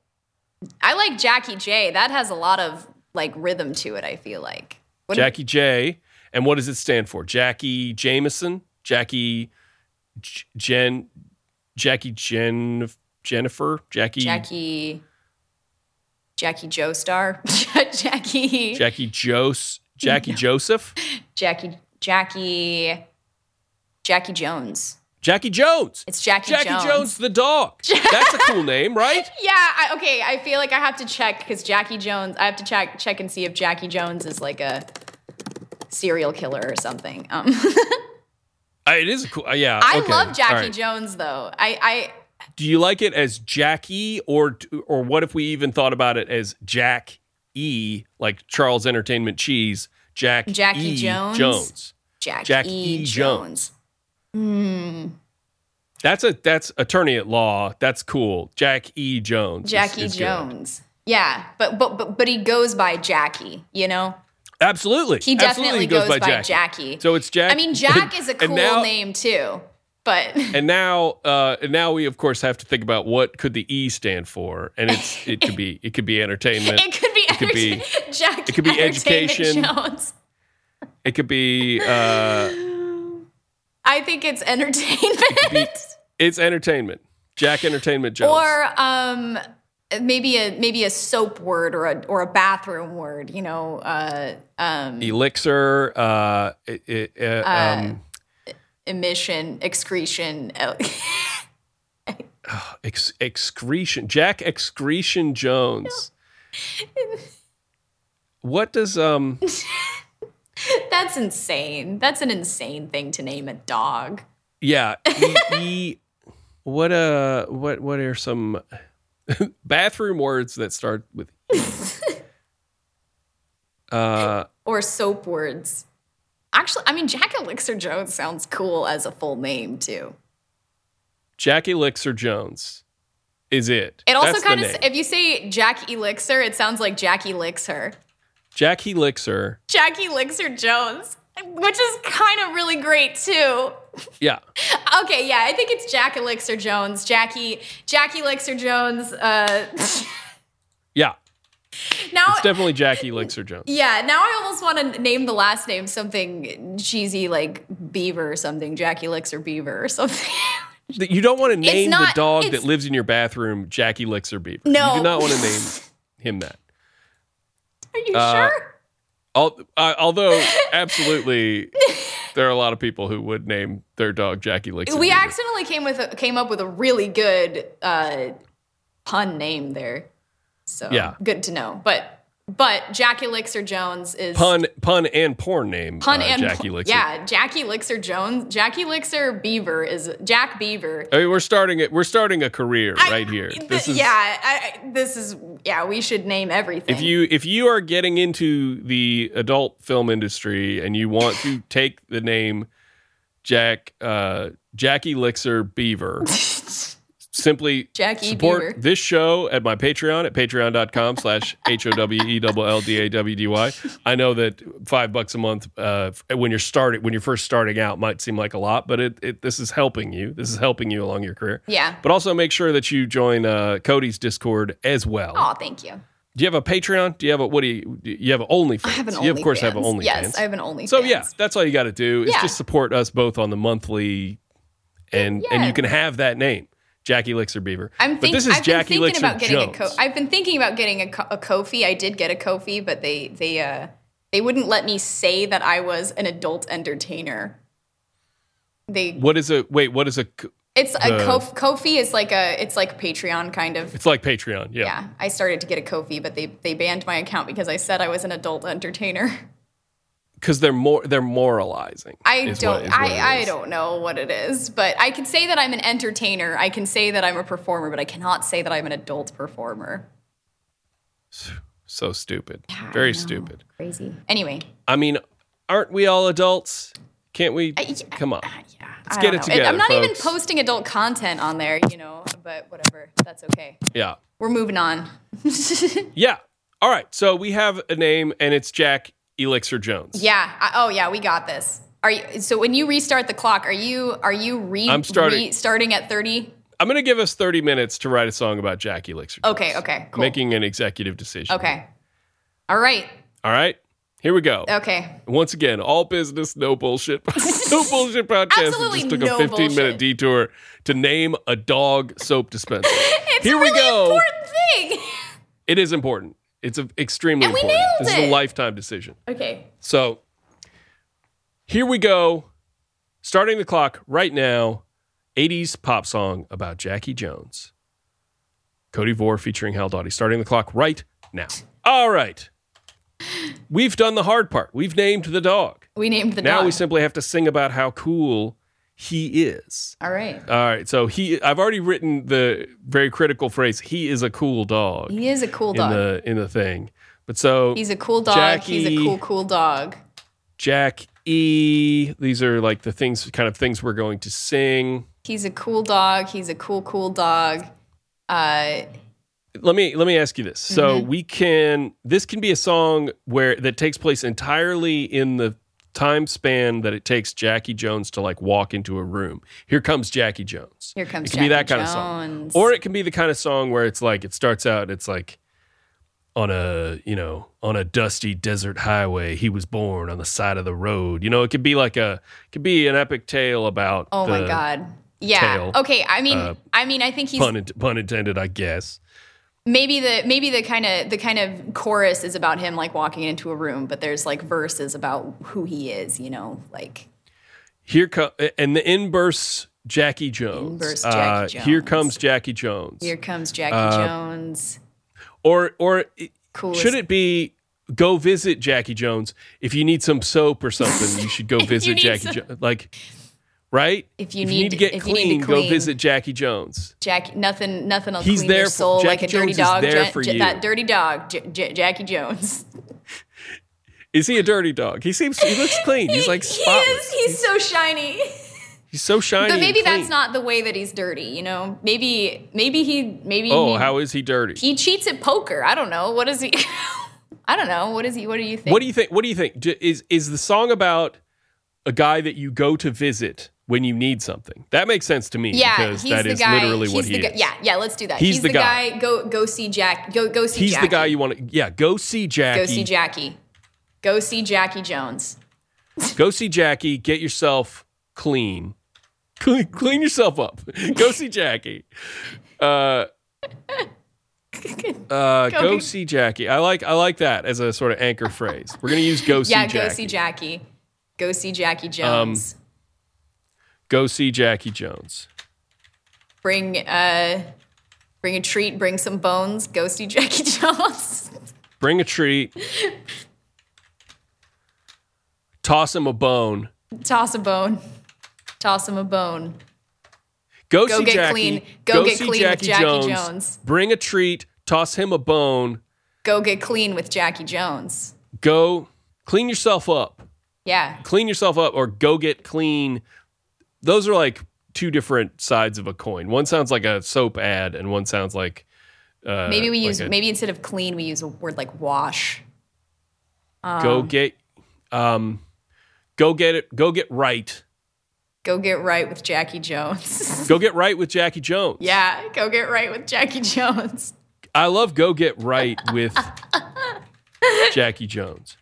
Speaker 2: I like Jackie J. That has a lot of like rhythm to it. I feel like. What do-
Speaker 1: Jackie J, and what does it stand for? Jackie Jameson, Jackie J- Jen, Jackie Jen Jennifer, Jackie
Speaker 2: Jackie. Jackie Joestar. Jackie.
Speaker 1: Jackie Jose, Jackie Joseph,
Speaker 2: Jackie. Jackie. Jackie Jones.
Speaker 1: Jackie Jones.
Speaker 2: It's Jackie,
Speaker 1: Jackie Jones. the dog. That's a cool name, right?
Speaker 2: Yeah. I, okay. I feel like I have to check because Jackie Jones. I have to check check and see if Jackie Jones is like a serial killer or something. Um,
Speaker 1: Uh, It is a cool. uh, yeah,
Speaker 2: I
Speaker 1: okay.
Speaker 2: love Jackie
Speaker 1: All right.
Speaker 2: Jones though. I, I
Speaker 1: Do you like it as Jackie or or what if we even thought about it as Jack E, like Charles Entertainment Cheese, Jack
Speaker 2: Jackie
Speaker 1: E.
Speaker 2: Jones?
Speaker 1: Jones.
Speaker 2: Jack,
Speaker 1: Jack
Speaker 2: E.
Speaker 1: E.
Speaker 2: Jones.
Speaker 1: That's a that's attorney at law. That's cool. Jack E. Jones. is-
Speaker 2: Jackie
Speaker 1: is good.
Speaker 2: Jones. Yeah, but but but but he goes by Jackie. You know,
Speaker 1: Absolutely.
Speaker 2: he
Speaker 1: Absolutely
Speaker 2: definitely goes, by, Jackie.
Speaker 1: So it's Jack.
Speaker 2: I mean, Jack is a
Speaker 1: and
Speaker 2: cool
Speaker 1: now-
Speaker 2: name too, but
Speaker 1: And now, uh, and now we of course have to think about what could the E stand for, and it's it could be it could be entertainment.
Speaker 2: it could be
Speaker 1: It could be-
Speaker 2: entertain- Jack.
Speaker 1: it could be
Speaker 2: Entertainment
Speaker 1: education.
Speaker 2: Jones.
Speaker 1: It could be uh,
Speaker 2: I think it's entertainment,
Speaker 1: it's entertainment. Jack Entertainment Jones.
Speaker 2: or um, maybe a maybe a soap word or a or a bathroom word. You know, uh,
Speaker 1: elixir. Uh, it, it, uh, um,
Speaker 2: emission, excretion.
Speaker 1: ex- excretion. Jack Excretion Jones. What does um?
Speaker 2: That's insane. That's an insane thing to name a dog.
Speaker 1: Yeah. E, e, what uh? What what are some bathroom words that start with? E? uh,
Speaker 2: or soap words. Actually, I mean, Jack Elixir Jones sounds cool as a full name too.
Speaker 1: Jack Elixir Jones is it?
Speaker 2: It also
Speaker 1: That's the
Speaker 2: kind of,
Speaker 1: name.
Speaker 2: if you say Jack Elixir, it sounds like Jack Elixir.
Speaker 1: Jack Elixir.
Speaker 2: Jack Elixir Jones, which is kind of really great too.
Speaker 1: Yeah.
Speaker 2: Okay, yeah, I think it's Jack Elixir Jones, Jackie, Jack Elixir Jones. Uh,
Speaker 1: Yeah.
Speaker 2: now,
Speaker 1: It's definitely Jack Elixir Jones.
Speaker 2: yeah, now I almost want to name the last name something cheesy like Beaver or something, Jack Elixir Beaver or something.
Speaker 1: That You don't want to name the
Speaker 2: not-
Speaker 1: dog
Speaker 2: it's-
Speaker 1: that lives in your bathroom Jackie Elixir Beaver.
Speaker 2: No.
Speaker 1: You do not want to name him that.
Speaker 2: Are you
Speaker 1: Uh,
Speaker 2: sure?
Speaker 1: Al- uh, although, absolutely, there are a lot of people who would name their dog Jackie Elixir
Speaker 2: we
Speaker 1: Beaver.
Speaker 2: accidentally came with a, came up with a really good uh, pun name there. So
Speaker 1: Yeah.
Speaker 2: good to know. But but Jack Elixir Jones is
Speaker 1: Pun, pun and porn name.
Speaker 2: pun
Speaker 1: uh,
Speaker 2: and
Speaker 1: Jackie Elixir.
Speaker 2: yeah Jackie Elixir Jones Jackie Elixir Beaver is Jack Beaver.
Speaker 1: I mean, we're starting it. We're starting a career right here.
Speaker 2: Th-
Speaker 1: This is
Speaker 2: yeah, I, I- this is yeah. We should name everything.
Speaker 1: if you if you are getting into the adult film industry and you want to take the name Jack uh, Jackie Elixir Beaver, simply
Speaker 2: Jack E.
Speaker 1: support
Speaker 2: Beaver.
Speaker 1: this show at my Patreon at patreon.com slash H O W E L L D A W D Y. I know that five bucks a month uh, when you're starting when you're first starting out might seem like a lot, but it, it this is helping you. This is helping you along your career.
Speaker 2: yeah.
Speaker 1: But also make sure that you join uh, Cody's Discord as well.
Speaker 2: Oh, thank you.
Speaker 1: Do you have a Patreon? Do you have a what do you do you have an OnlyFans?
Speaker 2: I have an
Speaker 1: you of course have an
Speaker 2: OnlyFans.
Speaker 1: OnlyFans.
Speaker 2: Yes, I have an OnlyFans.
Speaker 1: so yeah, that's all you got to do is
Speaker 2: Yeah.
Speaker 1: just support us both on the monthly, and and
Speaker 2: Yeah.
Speaker 1: you can have that name, Jackie Elixir Beaver.
Speaker 2: I'm
Speaker 1: but
Speaker 2: think-
Speaker 1: this is
Speaker 2: I've
Speaker 1: Jackie
Speaker 2: been thinking
Speaker 1: Elixir
Speaker 2: about
Speaker 1: Jones.
Speaker 2: getting a co- I've been thinking about getting a, co- a Kofi. I did get a Kofi, but they they uh they wouldn't let me say that I was an adult entertainer. They
Speaker 1: what is a wait? What is a? co-
Speaker 2: it's a
Speaker 1: The-
Speaker 2: Kof, Kofi is like a it's like Patreon kind of.
Speaker 1: It's like Patreon. Yeah.
Speaker 2: Yeah, I started to get a Kofi, but they they banned my account because I said I was an adult entertainer.
Speaker 1: because they're more they're moralizing.
Speaker 2: I
Speaker 1: is
Speaker 2: don't
Speaker 1: what- is what it
Speaker 2: I, I
Speaker 1: is.
Speaker 2: don't know what it is, but I can say that I'm an entertainer. I can say that I'm a performer, but I cannot say that I'm an adult performer.
Speaker 1: So stupid.
Speaker 2: I
Speaker 1: Very
Speaker 2: know.
Speaker 1: stupid.
Speaker 2: Crazy. Anyway,
Speaker 1: I mean, aren't we all adults? Can't we?
Speaker 2: yeah.
Speaker 1: Come on.
Speaker 2: yeah.
Speaker 1: Let's
Speaker 2: I
Speaker 1: get it
Speaker 2: don't know. And
Speaker 1: together,
Speaker 2: I'm not even
Speaker 1: folks.
Speaker 2: posting adult content on there, you know, but whatever. That's okay.
Speaker 1: Yeah.
Speaker 2: We're moving on.
Speaker 1: Yeah. All right. So we have a name, and it's Jack Elixir Jones.
Speaker 2: yeah. I, oh yeah, we got this. Are you, so when you restart the clock, are you are you re,
Speaker 1: I'm starting-
Speaker 2: restarting at 30?
Speaker 1: I'm going to give us 30 minutes to write a song about Jack Elixir Jones.
Speaker 2: Okay, okay, cool.
Speaker 1: Making an executive decision.
Speaker 2: okay. All right.
Speaker 1: All right. Here we go.
Speaker 2: Okay.
Speaker 1: Once again, all business, no bullshit. no bullshit podcast.
Speaker 2: Absolutely
Speaker 1: It just took
Speaker 2: no
Speaker 1: a 15 minute
Speaker 2: bullshit.
Speaker 1: detour to name a dog soap dispenser.
Speaker 2: It's
Speaker 1: Here
Speaker 2: a really
Speaker 1: we go.
Speaker 2: important thing.
Speaker 1: It is important. It's a, extremely
Speaker 2: And we
Speaker 1: important.
Speaker 2: nailed
Speaker 1: this is a
Speaker 2: it.
Speaker 1: lifetime decision.
Speaker 2: okay.
Speaker 1: So here we go. Starting the clock right now. 80s pop song about Jackie Jones. Cody Vore featuring Hal Doughty. Starting the clock right now. All right. We've done the hard part. We've named the dog.
Speaker 2: We named the
Speaker 1: Now
Speaker 2: dog.
Speaker 1: we simply have to sing about how cool he is.
Speaker 2: All right.
Speaker 1: All right, so he I've already written the very critical phrase he is a cool dog
Speaker 2: He is a cool
Speaker 1: in
Speaker 2: dog.
Speaker 1: the in the thing. But so
Speaker 2: He's a cool dog. He's
Speaker 1: Jackie-
Speaker 2: a cool cool dog.
Speaker 1: Jack E, these are like the things kind of things we're going to sing.
Speaker 2: He's a cool dog. He's a cool cool dog. Uh
Speaker 1: Let me let me ask you this. So
Speaker 2: Mm-hmm.
Speaker 1: we can this can be a song where that takes place entirely in the time span that it takes Jackie Jones to like walk into a room. Here comes Jackie Jones.
Speaker 2: Here comes
Speaker 1: it can be that
Speaker 2: Jackie
Speaker 1: kind of song.
Speaker 2: Jones.
Speaker 1: or it can be the kind of song where it's like it starts out and it's like on a you know on a dusty desert highway he was born on the side of the road you know it could be like a it could be an epic tale about
Speaker 2: Oh my
Speaker 1: the-
Speaker 2: god. Yeah.
Speaker 1: tail, Uh,
Speaker 2: Okay. I mean, I mean, I think he's
Speaker 1: pun, int- pun intended i guess
Speaker 2: maybe the maybe the kind of the kind of chorus is about him like walking into a room, but there's like verses about who he is. You know, like
Speaker 1: here come and the inverse jackie jones
Speaker 2: Inverse Jackie
Speaker 1: Uh, here
Speaker 2: Jones.
Speaker 1: comes jackie jones
Speaker 2: here comes Jackie
Speaker 1: Uh,
Speaker 2: Jones.
Speaker 1: or or it-
Speaker 2: Coolest.
Speaker 1: should it be go visit jackie jones if you need some soap or something you should go visit
Speaker 2: need
Speaker 1: jackie
Speaker 2: some-
Speaker 1: jones like right
Speaker 2: If you need-
Speaker 1: to get
Speaker 2: if you need to
Speaker 1: clean, go
Speaker 2: clean.
Speaker 1: visit jackie jones
Speaker 2: Jack, nothing, nothing will
Speaker 1: He's
Speaker 2: clean
Speaker 1: there
Speaker 2: your
Speaker 1: for-
Speaker 2: soul like
Speaker 1: Jackie
Speaker 2: a dirty
Speaker 1: Jones is
Speaker 2: dog.
Speaker 1: there for you.
Speaker 2: That dirty dog, J- J- Jackie Jones.
Speaker 1: is he a dirty dog he seems he looks clean he's like
Speaker 2: he is.
Speaker 1: spotless
Speaker 2: He's so shiny.
Speaker 1: he's so shiny
Speaker 2: But
Speaker 1: and
Speaker 2: maybe
Speaker 1: clean.
Speaker 2: that's not the way that he's dirty. You know, maybe maybe he maybe
Speaker 1: oh
Speaker 2: he,
Speaker 1: how is he dirty
Speaker 2: he cheats at poker. I don't know. What is he? I don't know. What is he? What do you think?
Speaker 1: What do you think? What do you think? Do- Is is the song about a guy that you go to visit when you need something? That makes sense to me.
Speaker 2: yeah,
Speaker 1: because
Speaker 2: he's
Speaker 1: that
Speaker 2: the
Speaker 1: is
Speaker 2: guy.
Speaker 1: literally
Speaker 2: he's
Speaker 1: what
Speaker 2: the
Speaker 1: he
Speaker 2: guy.
Speaker 1: is.
Speaker 2: Yeah, yeah. Let's do that.
Speaker 1: He's the guy.
Speaker 2: Go go see Jack. Go go see.
Speaker 1: he's
Speaker 2: Jackie.
Speaker 1: the guy you want to. Yeah, go see Jackie.
Speaker 2: Go see Jackie. Go see Jackie Jones.
Speaker 1: Go see Jackie. Get yourself clean. Clean, clean yourself up. go see Jackie. Uh, uh, go,
Speaker 2: Go-
Speaker 1: see Jackie. I like I like that as a sort of anchor phrase. We're gonna use go see
Speaker 2: yeah,
Speaker 1: Jackie. Um,
Speaker 2: go see Jackie. Go see Jackie Jones.
Speaker 1: Go see Jackie Jones.
Speaker 2: bring uh, bring a treat. Bring some bones. Go see Jackie Jones.
Speaker 1: bring a treat, toss him a bone,
Speaker 2: Toss a bone. Toss him a bone.
Speaker 1: go,
Speaker 2: Go
Speaker 1: see
Speaker 2: get
Speaker 1: Jackie,
Speaker 2: clean. Go get
Speaker 1: see
Speaker 2: clean with
Speaker 1: Jackie,
Speaker 2: Jackie
Speaker 1: Jones,
Speaker 2: Jones.
Speaker 1: bring a treat, toss him a bone,
Speaker 2: Go get clean with Jackie Jones.
Speaker 1: go clean yourself up,
Speaker 2: Yeah.
Speaker 1: clean yourself up, or go get clean. Those are like two different sides of a coin. One sounds like a soap ad, and one sounds like uh,
Speaker 2: Maybe we use
Speaker 1: a-
Speaker 2: maybe instead of clean we use a word like wash.
Speaker 1: go get, um, go get it, go get right,
Speaker 2: Go get right with Jackie Jones.
Speaker 1: go get right with Jackie Jones.
Speaker 2: yeah, go get right with Jackie Jones.
Speaker 1: I love Go Get Right with Jackie Jones.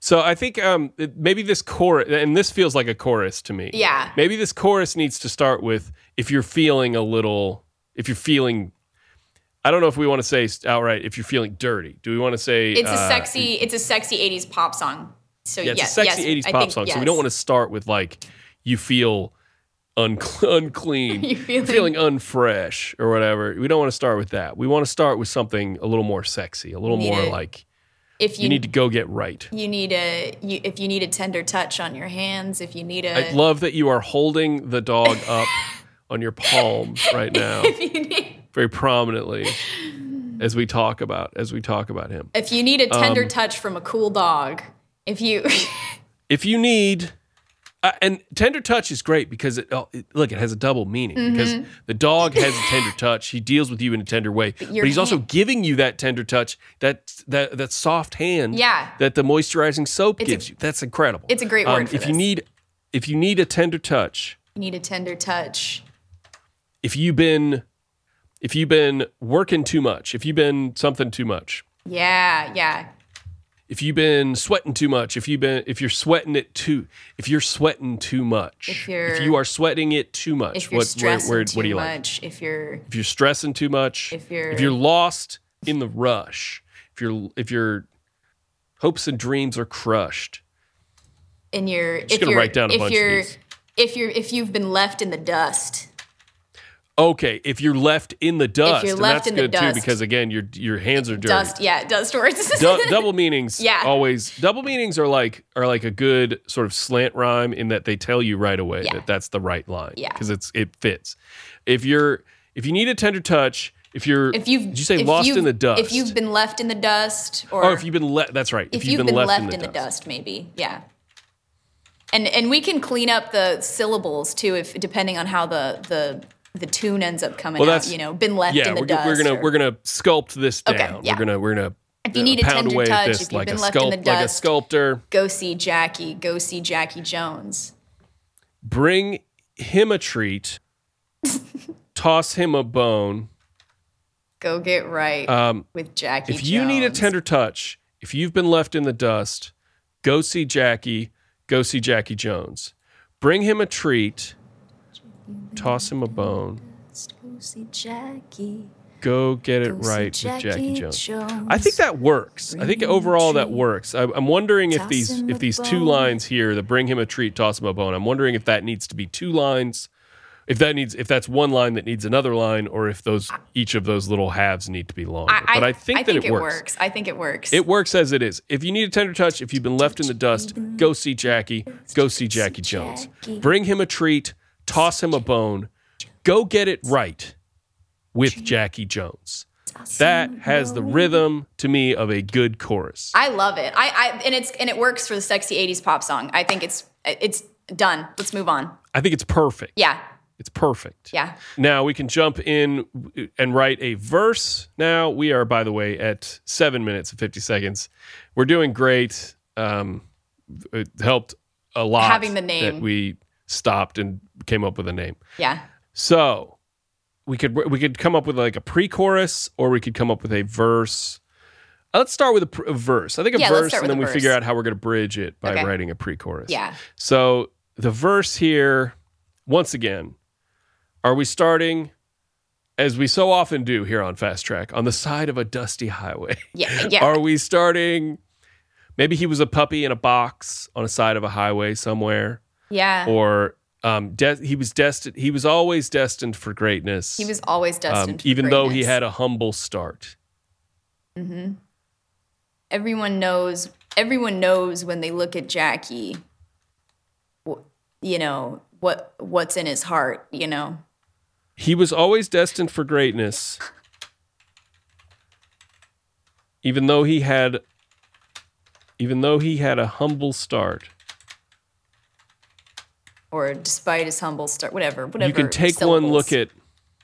Speaker 1: So I think um, it- maybe this chorus, and this feels like a chorus to me.
Speaker 2: Yeah.
Speaker 1: Maybe this chorus needs to start with if you're feeling a little, if you're feeling, I don't know if we want to say outright if you're feeling dirty. Do we want to say
Speaker 2: It's a
Speaker 1: uh,
Speaker 2: sexy it's a sexy 80s pop song. So
Speaker 1: Yeah, it's
Speaker 2: yes,
Speaker 1: a sexy
Speaker 2: yes,
Speaker 1: 80s
Speaker 2: I
Speaker 1: pop
Speaker 2: think
Speaker 1: song.
Speaker 2: Yes.
Speaker 1: So we don't want to start with like you feel uncle unclean,
Speaker 2: You feeling-
Speaker 1: feeling unfresh or whatever. We don't want to start with that. We want to start with something a little more sexy, a little
Speaker 2: Need
Speaker 1: more
Speaker 2: it.
Speaker 1: like
Speaker 2: if
Speaker 1: you need to go get right.
Speaker 2: you need a you, if you need a tender touch on your hands, if you need
Speaker 1: I
Speaker 2: a
Speaker 1: love that you are holding the dog up on your palm right now,
Speaker 2: if you need
Speaker 1: very prominently. as we talk about as we talk about him.
Speaker 2: If you need a tender
Speaker 1: um,
Speaker 2: touch from a cool dog, if you
Speaker 1: if you need uh, and tender touch is great because it, oh, it- look it has a double meaning because
Speaker 2: Mm-hmm.
Speaker 1: the dog has a tender touch he deals with you in a tender way but,
Speaker 2: your
Speaker 1: he's also
Speaker 2: hand-
Speaker 1: giving you that tender touch that that that soft hand
Speaker 2: Yeah.
Speaker 1: that the moisturizing soap
Speaker 2: a-
Speaker 1: gives you that's incredible
Speaker 2: it's a great
Speaker 1: Um,
Speaker 2: word for
Speaker 1: if you
Speaker 2: this.
Speaker 1: need if you need a tender touch
Speaker 2: need a tender touch,
Speaker 1: if you've been if you've been working too much if you've been something too much
Speaker 2: yeah, yeah,
Speaker 1: if you've been sweating too much, if you've been if you're sweating it too, if you're sweating too much,
Speaker 2: If you're-
Speaker 1: you are sweating it too much,
Speaker 2: if you're
Speaker 1: what where-
Speaker 2: stressing
Speaker 1: where-
Speaker 2: too
Speaker 1: what do you like?
Speaker 2: much, if you're
Speaker 1: If you're stressing too much,
Speaker 2: If you're-
Speaker 1: if you're lost in the rush, if you're if your hopes and dreams are crushed,
Speaker 2: in your if
Speaker 1: gonna
Speaker 2: you're
Speaker 1: write down a
Speaker 2: if
Speaker 1: bunch of
Speaker 2: you're
Speaker 1: these.
Speaker 2: if you're if you've been left in the dust,
Speaker 1: okay. If you're left in the dust,
Speaker 2: you're
Speaker 1: and
Speaker 2: left
Speaker 1: that's
Speaker 2: in the
Speaker 1: good too
Speaker 2: dust.
Speaker 1: because again, your your hands are dirty.
Speaker 2: dust, yeah, dust words.
Speaker 1: Du- double meanings
Speaker 2: Yeah.
Speaker 1: always double meanings are like are like a good sort of slant rhyme in that they tell you right away
Speaker 2: Yeah.
Speaker 1: that that's the right line
Speaker 2: Yeah.
Speaker 1: because it's it fits if you're if you need a tender touch if you're
Speaker 2: if you've
Speaker 1: did you say
Speaker 2: if
Speaker 1: lost
Speaker 2: you've-
Speaker 1: in the dust
Speaker 2: if you've been left in the dust, or
Speaker 1: or if you've been left that's right
Speaker 2: if you've, been, left, in, the, dust. maybe yeah and and we can clean up the syllables too if depending on how the the the tune ends up coming
Speaker 1: Well,
Speaker 2: out
Speaker 1: that's-
Speaker 2: you know been left
Speaker 1: yeah
Speaker 2: in the
Speaker 1: we're, g-
Speaker 2: dust
Speaker 1: we're gonna
Speaker 2: or-
Speaker 1: we're gonna sculpt this down
Speaker 2: Okay, yeah.
Speaker 1: we're gonna we're gonna
Speaker 2: If you
Speaker 1: uh,
Speaker 2: need a
Speaker 1: pound
Speaker 2: tender
Speaker 1: away at
Speaker 2: touch,
Speaker 1: this
Speaker 2: if you've
Speaker 1: like a
Speaker 2: been left in
Speaker 1: sculpt
Speaker 2: the
Speaker 1: like a
Speaker 2: dust.
Speaker 1: sculptor
Speaker 2: go see jackie go see jackie jones
Speaker 1: bring him a treat toss him a bone
Speaker 2: go get right with jackie
Speaker 1: Um, If you need a
Speaker 2: Jones.
Speaker 1: tender touch, if you've been left in the dust, go see Jackie. Go see Jackie Jones. Bring him a treat. Toss him a bone.
Speaker 3: Go see Jackie.
Speaker 1: Go get it
Speaker 3: Go see
Speaker 1: right with Jackie
Speaker 3: Jackie
Speaker 1: Jones.
Speaker 3: Jones.
Speaker 1: I think that works. I think
Speaker 3: Bring him a
Speaker 1: overall that
Speaker 3: treat.
Speaker 1: works. I, I'm wondering if
Speaker 3: Toss
Speaker 1: these
Speaker 3: him
Speaker 1: if
Speaker 3: a
Speaker 1: these two
Speaker 3: bone.
Speaker 1: lines here, the bring him a treat, toss him a bone. I'm wondering if that needs to be two lines. If that needs if that's one line that needs another line, or if those each of those little halves need to be longer. but I think that it works.
Speaker 2: i think it works
Speaker 1: It works as it is. If you need a tender touch, if you've been left in the dust, go see Jackie. Go see Jackie Jones. Bring him a treat, toss him a bone. Go get it right with Jackie Jones. That has the rhythm to me of a good chorus.
Speaker 2: i love it I, I and it's and it works for the sexy 80s pop song i think it's it's done let's move on
Speaker 1: I think it's perfect.
Speaker 2: yeah
Speaker 1: It's perfect.
Speaker 2: yeah
Speaker 1: Now we can jump in and write a verse. Now we are, by the way, at seven minutes and 50 seconds. We're doing great. Um, it helped a lot
Speaker 2: Having the name.
Speaker 1: that we stopped and came up with a name.
Speaker 2: yeah
Speaker 1: So we could we could come up with like a pre-chorus, or we could come up with a verse. Uh, Let's start with a, pr- a verse. I think a
Speaker 2: Yeah, let's
Speaker 1: verse,
Speaker 2: start
Speaker 1: and then
Speaker 2: with a
Speaker 1: we
Speaker 2: verse.
Speaker 1: figure out how we're going to bridge it by
Speaker 2: Okay.
Speaker 1: writing a pre-chorus.
Speaker 2: yeah
Speaker 1: So the verse here, once again, are we starting as we so often do here on Fast Track on the side of a dusty highway?
Speaker 2: yeah yeah
Speaker 1: Are we starting? Maybe he was a puppy in a box on a side of a highway somewhere,
Speaker 2: yeah
Speaker 1: or um, de- he was destined. He was always destined for greatness.
Speaker 2: He was always destined. for
Speaker 1: um, even though he
Speaker 2: greatness.
Speaker 1: had a humble start.
Speaker 2: everyone knows. Everyone knows when they look at Jackie. wh- You know what what's in his heart. You know.
Speaker 1: He was always destined for greatness, even though he had, even though he had a humble start.
Speaker 2: Or despite his humble start, whatever, whatever.
Speaker 1: you can take one look
Speaker 2: syllables.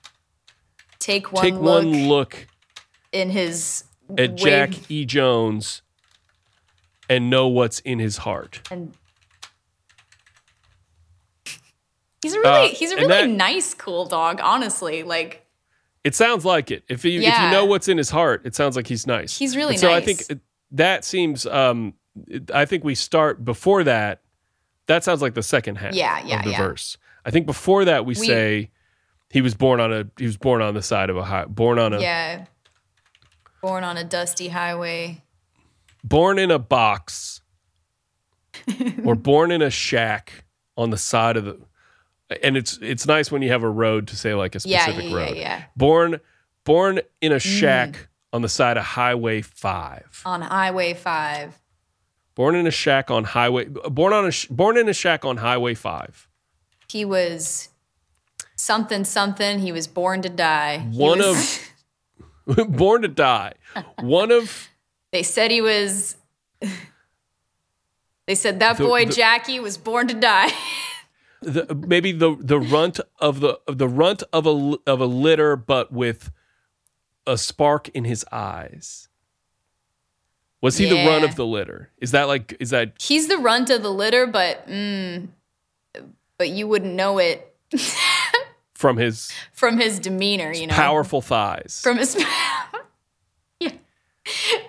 Speaker 1: at,
Speaker 2: take one
Speaker 1: take
Speaker 2: look
Speaker 1: one look
Speaker 2: in his
Speaker 1: at
Speaker 2: wave-
Speaker 1: Jack E. Jones, and know what's in his heart.
Speaker 2: and he's a really
Speaker 1: Uh,
Speaker 2: he's a
Speaker 1: and
Speaker 2: really
Speaker 1: that-
Speaker 2: nice, cool dog. Honestly, like
Speaker 1: It sounds like it. If you if you
Speaker 2: Yeah.
Speaker 1: know what's in his heart, it sounds like he's nice.
Speaker 2: He's really
Speaker 1: And so I
Speaker 2: nice.
Speaker 1: think it- that seems. Um, it- I think we start before that. That sounds like the second half.
Speaker 2: Yeah, yeah,
Speaker 1: of the
Speaker 2: yeah.
Speaker 1: verse. I think before that we,
Speaker 2: We-
Speaker 1: say he was born on a he was born on the side of a high, born on a
Speaker 2: yeah, born on a dusty highway.
Speaker 1: born in a box or born in a shack on the side of the and it's it's nice when you have a road to say like a
Speaker 2: Yeah,
Speaker 1: specific
Speaker 2: yeah, yeah,
Speaker 1: road.
Speaker 2: yeah. Mm.
Speaker 1: Born born in a shack on the side of Highway 5.
Speaker 2: on Highway 5.
Speaker 1: Born in a shack on Highway born on a sh- born in a shack on Highway 5.
Speaker 2: He was something, something. He was born to die. He
Speaker 1: One
Speaker 2: was-
Speaker 1: Born to Die. One of
Speaker 2: They said he was. they said that
Speaker 1: The-
Speaker 2: boy
Speaker 1: the-
Speaker 2: Jackie was born to die.
Speaker 1: the, maybe the the runt of the of the runt of a l- of a litter, but with a spark in his eyes. Was he the run
Speaker 2: Yeah.
Speaker 1: of the litter? Is that like is that
Speaker 2: He's the runt of the litter, but mm, but you wouldn't know it
Speaker 1: from his
Speaker 2: from his demeanor. You know,
Speaker 1: powerful thighs?
Speaker 2: from his. yeah.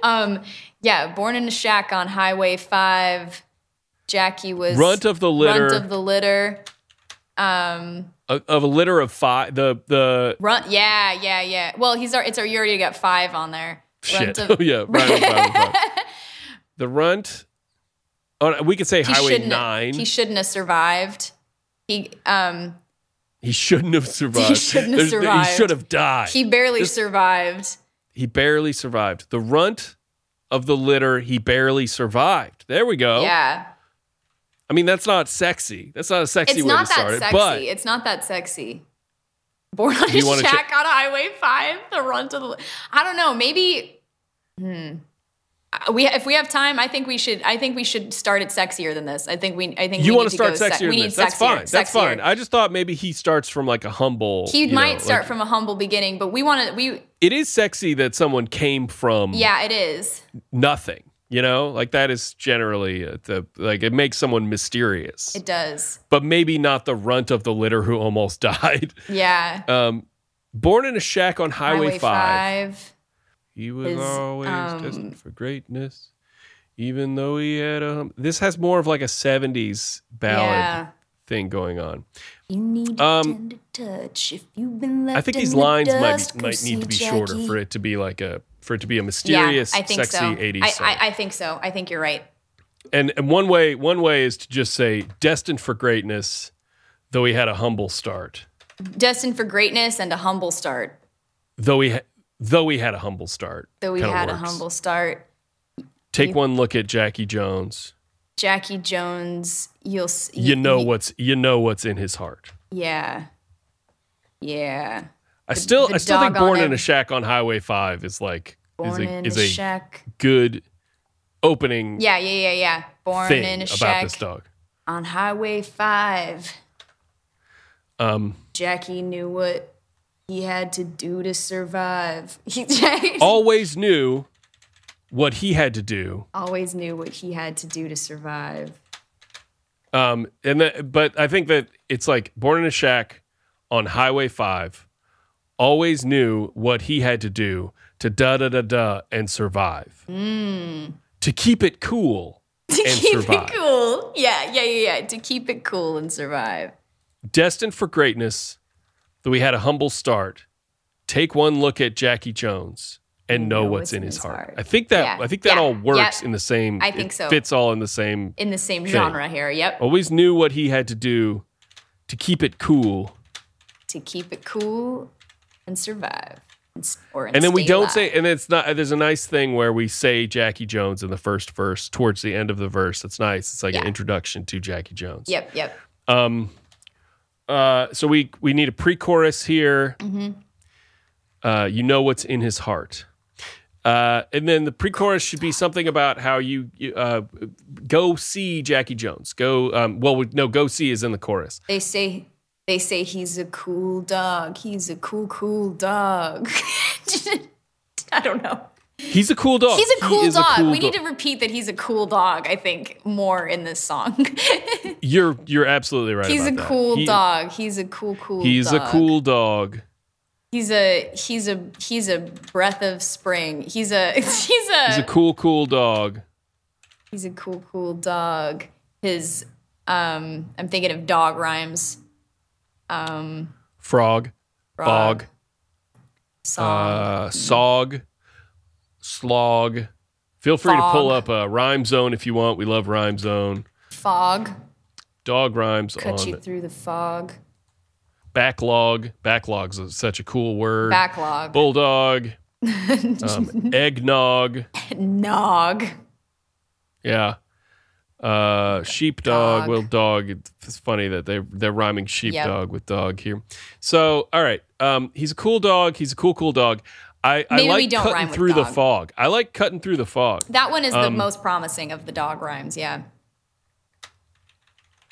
Speaker 2: Um. Yeah. Born in a shack on Highway Five. Jackie was
Speaker 1: runt of the litter
Speaker 2: runt of the litter. Um.
Speaker 1: of, of a litter of five. The the
Speaker 2: Runt. Yeah. Yeah. Yeah. Well, he's our. It's our. You already got five on there.
Speaker 1: shit.
Speaker 2: Runt of,
Speaker 1: oh yeah, right, right, right, right. the runt. Oh, we could say
Speaker 2: he
Speaker 1: Highway
Speaker 2: shouldn't-
Speaker 1: Nine.
Speaker 2: He shouldn't have survived. He um
Speaker 1: He shouldn't have survived.
Speaker 2: shouldn't have
Speaker 1: There's-
Speaker 2: survived.
Speaker 1: He should have died.
Speaker 2: he
Speaker 1: He,
Speaker 2: barely survived.
Speaker 1: barely survived. The runt of the litter, he barely survived. There we go.
Speaker 2: Yeah.
Speaker 1: I mean, that's not sexy. That's not a sexy
Speaker 2: It's
Speaker 1: way
Speaker 2: not
Speaker 1: to
Speaker 2: that
Speaker 1: start
Speaker 2: sexy.
Speaker 1: it. But
Speaker 2: it's not that sexy. Born on
Speaker 1: You
Speaker 2: a
Speaker 1: wanna
Speaker 2: shack
Speaker 1: check-
Speaker 2: on Highway 5, the run to the I don't know, maybe hmm. Uh, We if we have time, I think we should I think we should start it sexier than this. I think we I think
Speaker 1: you
Speaker 2: we
Speaker 1: want
Speaker 2: need
Speaker 1: to start
Speaker 2: go
Speaker 1: sexier
Speaker 2: se- we
Speaker 1: than
Speaker 2: need
Speaker 1: this. That's
Speaker 2: sexier,
Speaker 1: fine. That's
Speaker 2: sexier.
Speaker 1: fine. I just thought maybe he starts from like a humble.
Speaker 2: he
Speaker 1: you know,
Speaker 2: might start
Speaker 1: like-
Speaker 2: from a humble beginning, but we want to we
Speaker 1: It is sexy that someone came from
Speaker 2: yeah, it is.
Speaker 1: nothing. You know, like that is generally uh, the like it makes someone mysterious,
Speaker 2: It does.
Speaker 1: but maybe not the runt of the litter who almost died.
Speaker 2: Yeah.
Speaker 1: Um, born in a shack on Highway, 5.
Speaker 2: five.
Speaker 1: He was
Speaker 2: is,
Speaker 1: always
Speaker 2: um,
Speaker 1: destined for greatness, even though he had a. hum- This has more of like a 70s ballad
Speaker 2: Yeah.
Speaker 1: thing going on.
Speaker 3: You need
Speaker 1: Um,
Speaker 3: a tender touch if you've been left
Speaker 1: I think
Speaker 3: in
Speaker 1: these
Speaker 3: the
Speaker 1: lines might,
Speaker 3: dust,
Speaker 1: be-
Speaker 3: go
Speaker 1: might need
Speaker 3: see
Speaker 1: to be shorter
Speaker 3: Jackie.
Speaker 1: for it to be like a. For it to be a mysterious,
Speaker 2: yeah, I think
Speaker 1: sexy
Speaker 2: so.
Speaker 1: 80s
Speaker 2: I,
Speaker 1: song.
Speaker 2: I, I think so. I think you're right.
Speaker 1: and, and one way one way is to just say destined for greatness, though he had a humble start.
Speaker 2: Destined for greatness and a humble start.
Speaker 1: Though he ha- though he had a humble start.
Speaker 2: Though we
Speaker 1: Kinda
Speaker 2: had a
Speaker 1: works.
Speaker 2: humble start.
Speaker 1: Take one look at Jackie Jones.
Speaker 2: Jackie Jones, you'll s-
Speaker 1: You
Speaker 2: y-
Speaker 1: know
Speaker 2: y-
Speaker 1: what's you know what's in his heart.
Speaker 2: Yeah, yeah.
Speaker 1: I still
Speaker 2: the
Speaker 1: I still think
Speaker 2: doggone
Speaker 1: Born in a
Speaker 2: ev-
Speaker 1: Shack on Highway 5 is like
Speaker 2: Born
Speaker 1: is a,
Speaker 2: in
Speaker 1: is
Speaker 2: a,
Speaker 1: a
Speaker 2: shack.
Speaker 1: good opening
Speaker 2: Yeah, yeah, yeah, yeah. Born
Speaker 1: thing
Speaker 2: in a
Speaker 1: about
Speaker 2: shack
Speaker 1: this dog.
Speaker 2: on Highway Five.
Speaker 1: Um,
Speaker 2: Jackie knew what he had to do to survive. He
Speaker 1: always knew what he had to do.
Speaker 2: always knew what he had to do to survive.
Speaker 1: Um, and that, but I think that it's like Born in a Shack on Highway 5 always knew what he had to do to da da da da and survive.
Speaker 2: Mm.
Speaker 1: To keep it cool
Speaker 2: to
Speaker 1: and
Speaker 2: keep
Speaker 1: survive.
Speaker 2: it cool. Yeah, yeah, yeah, yeah. To keep it cool and survive.
Speaker 1: destined for greatness, though he had a humble start, take one look at Jackie Jones and know, what's in his heart. I think that
Speaker 2: Yeah.
Speaker 1: I think that
Speaker 2: Yeah.
Speaker 1: all works
Speaker 2: Yeah.
Speaker 1: in the same.
Speaker 2: I think
Speaker 1: it
Speaker 2: so.
Speaker 1: Fits all in the same.
Speaker 2: In the same genre here. Yep.
Speaker 1: Always knew what he had to do to keep it cool,
Speaker 2: To keep it cool and survive. And, s- or
Speaker 1: and then we
Speaker 2: stay
Speaker 1: don't
Speaker 2: alive.
Speaker 1: say. And it's not. There's a nice thing where we say Jackie Jones in the first verse towards the end of the verse. It's nice. It's like an
Speaker 2: Yeah.
Speaker 1: introduction to Jackie Jones.
Speaker 2: Yep, yep.
Speaker 1: Uh, so we we need a pre-chorus here.
Speaker 2: Mm-hmm.
Speaker 1: Uh, you know what's in his heart, uh, and then the pre-chorus should be something about how you, you, uh, go see Jackie Jones. Go um, well, we- no, go see is in the chorus.
Speaker 2: They say they say he's a cool dog. He's a cool, cool dog. I don't know.
Speaker 1: He's a cool dog.
Speaker 2: He's a
Speaker 1: He
Speaker 2: cool
Speaker 1: is
Speaker 2: dog. we
Speaker 1: dog.
Speaker 2: need to repeat that he's a cool dog, I think, more in this song.
Speaker 1: You're you're absolutely right.
Speaker 2: he's a
Speaker 1: about that.
Speaker 2: cool
Speaker 1: He-
Speaker 2: dog. He's a cool, cool
Speaker 1: He's
Speaker 2: dog.
Speaker 1: a cool dog.
Speaker 2: He's a he's a he's a breath of spring. He's a he's a
Speaker 1: He's a cool cool dog.
Speaker 2: cool cool dog. His um I'm thinking of dog rhymes
Speaker 1: Frog,
Speaker 2: Frog.
Speaker 1: bog,
Speaker 2: song.
Speaker 1: uh, sog, slog. Feel free
Speaker 2: Fog.
Speaker 1: to pull up a rhyme zone if you want. We love rhyme zone.
Speaker 2: fog
Speaker 1: Dog rhymes
Speaker 2: cut
Speaker 1: on
Speaker 2: you through the fog.
Speaker 1: backlog. Backlog's a- such a cool word.
Speaker 2: Backlog.
Speaker 1: Bulldog. um, eggnog.
Speaker 2: Nog.
Speaker 1: Yeah. Uh, sheepdog.
Speaker 2: Dog.
Speaker 1: Well, dog. It's funny that they they're rhyming sheepdog
Speaker 2: Yep.
Speaker 1: with dog here. So, all right. Um, he's a cool dog. He's a cool, cool dog. I, I
Speaker 2: Maybe we
Speaker 1: like
Speaker 2: don't rhyme
Speaker 1: cutting
Speaker 2: with
Speaker 1: through the
Speaker 2: dog.
Speaker 1: fog. I like cutting through the fog.
Speaker 2: That one is the
Speaker 1: Um,
Speaker 2: most promising of the dog rhymes, yeah.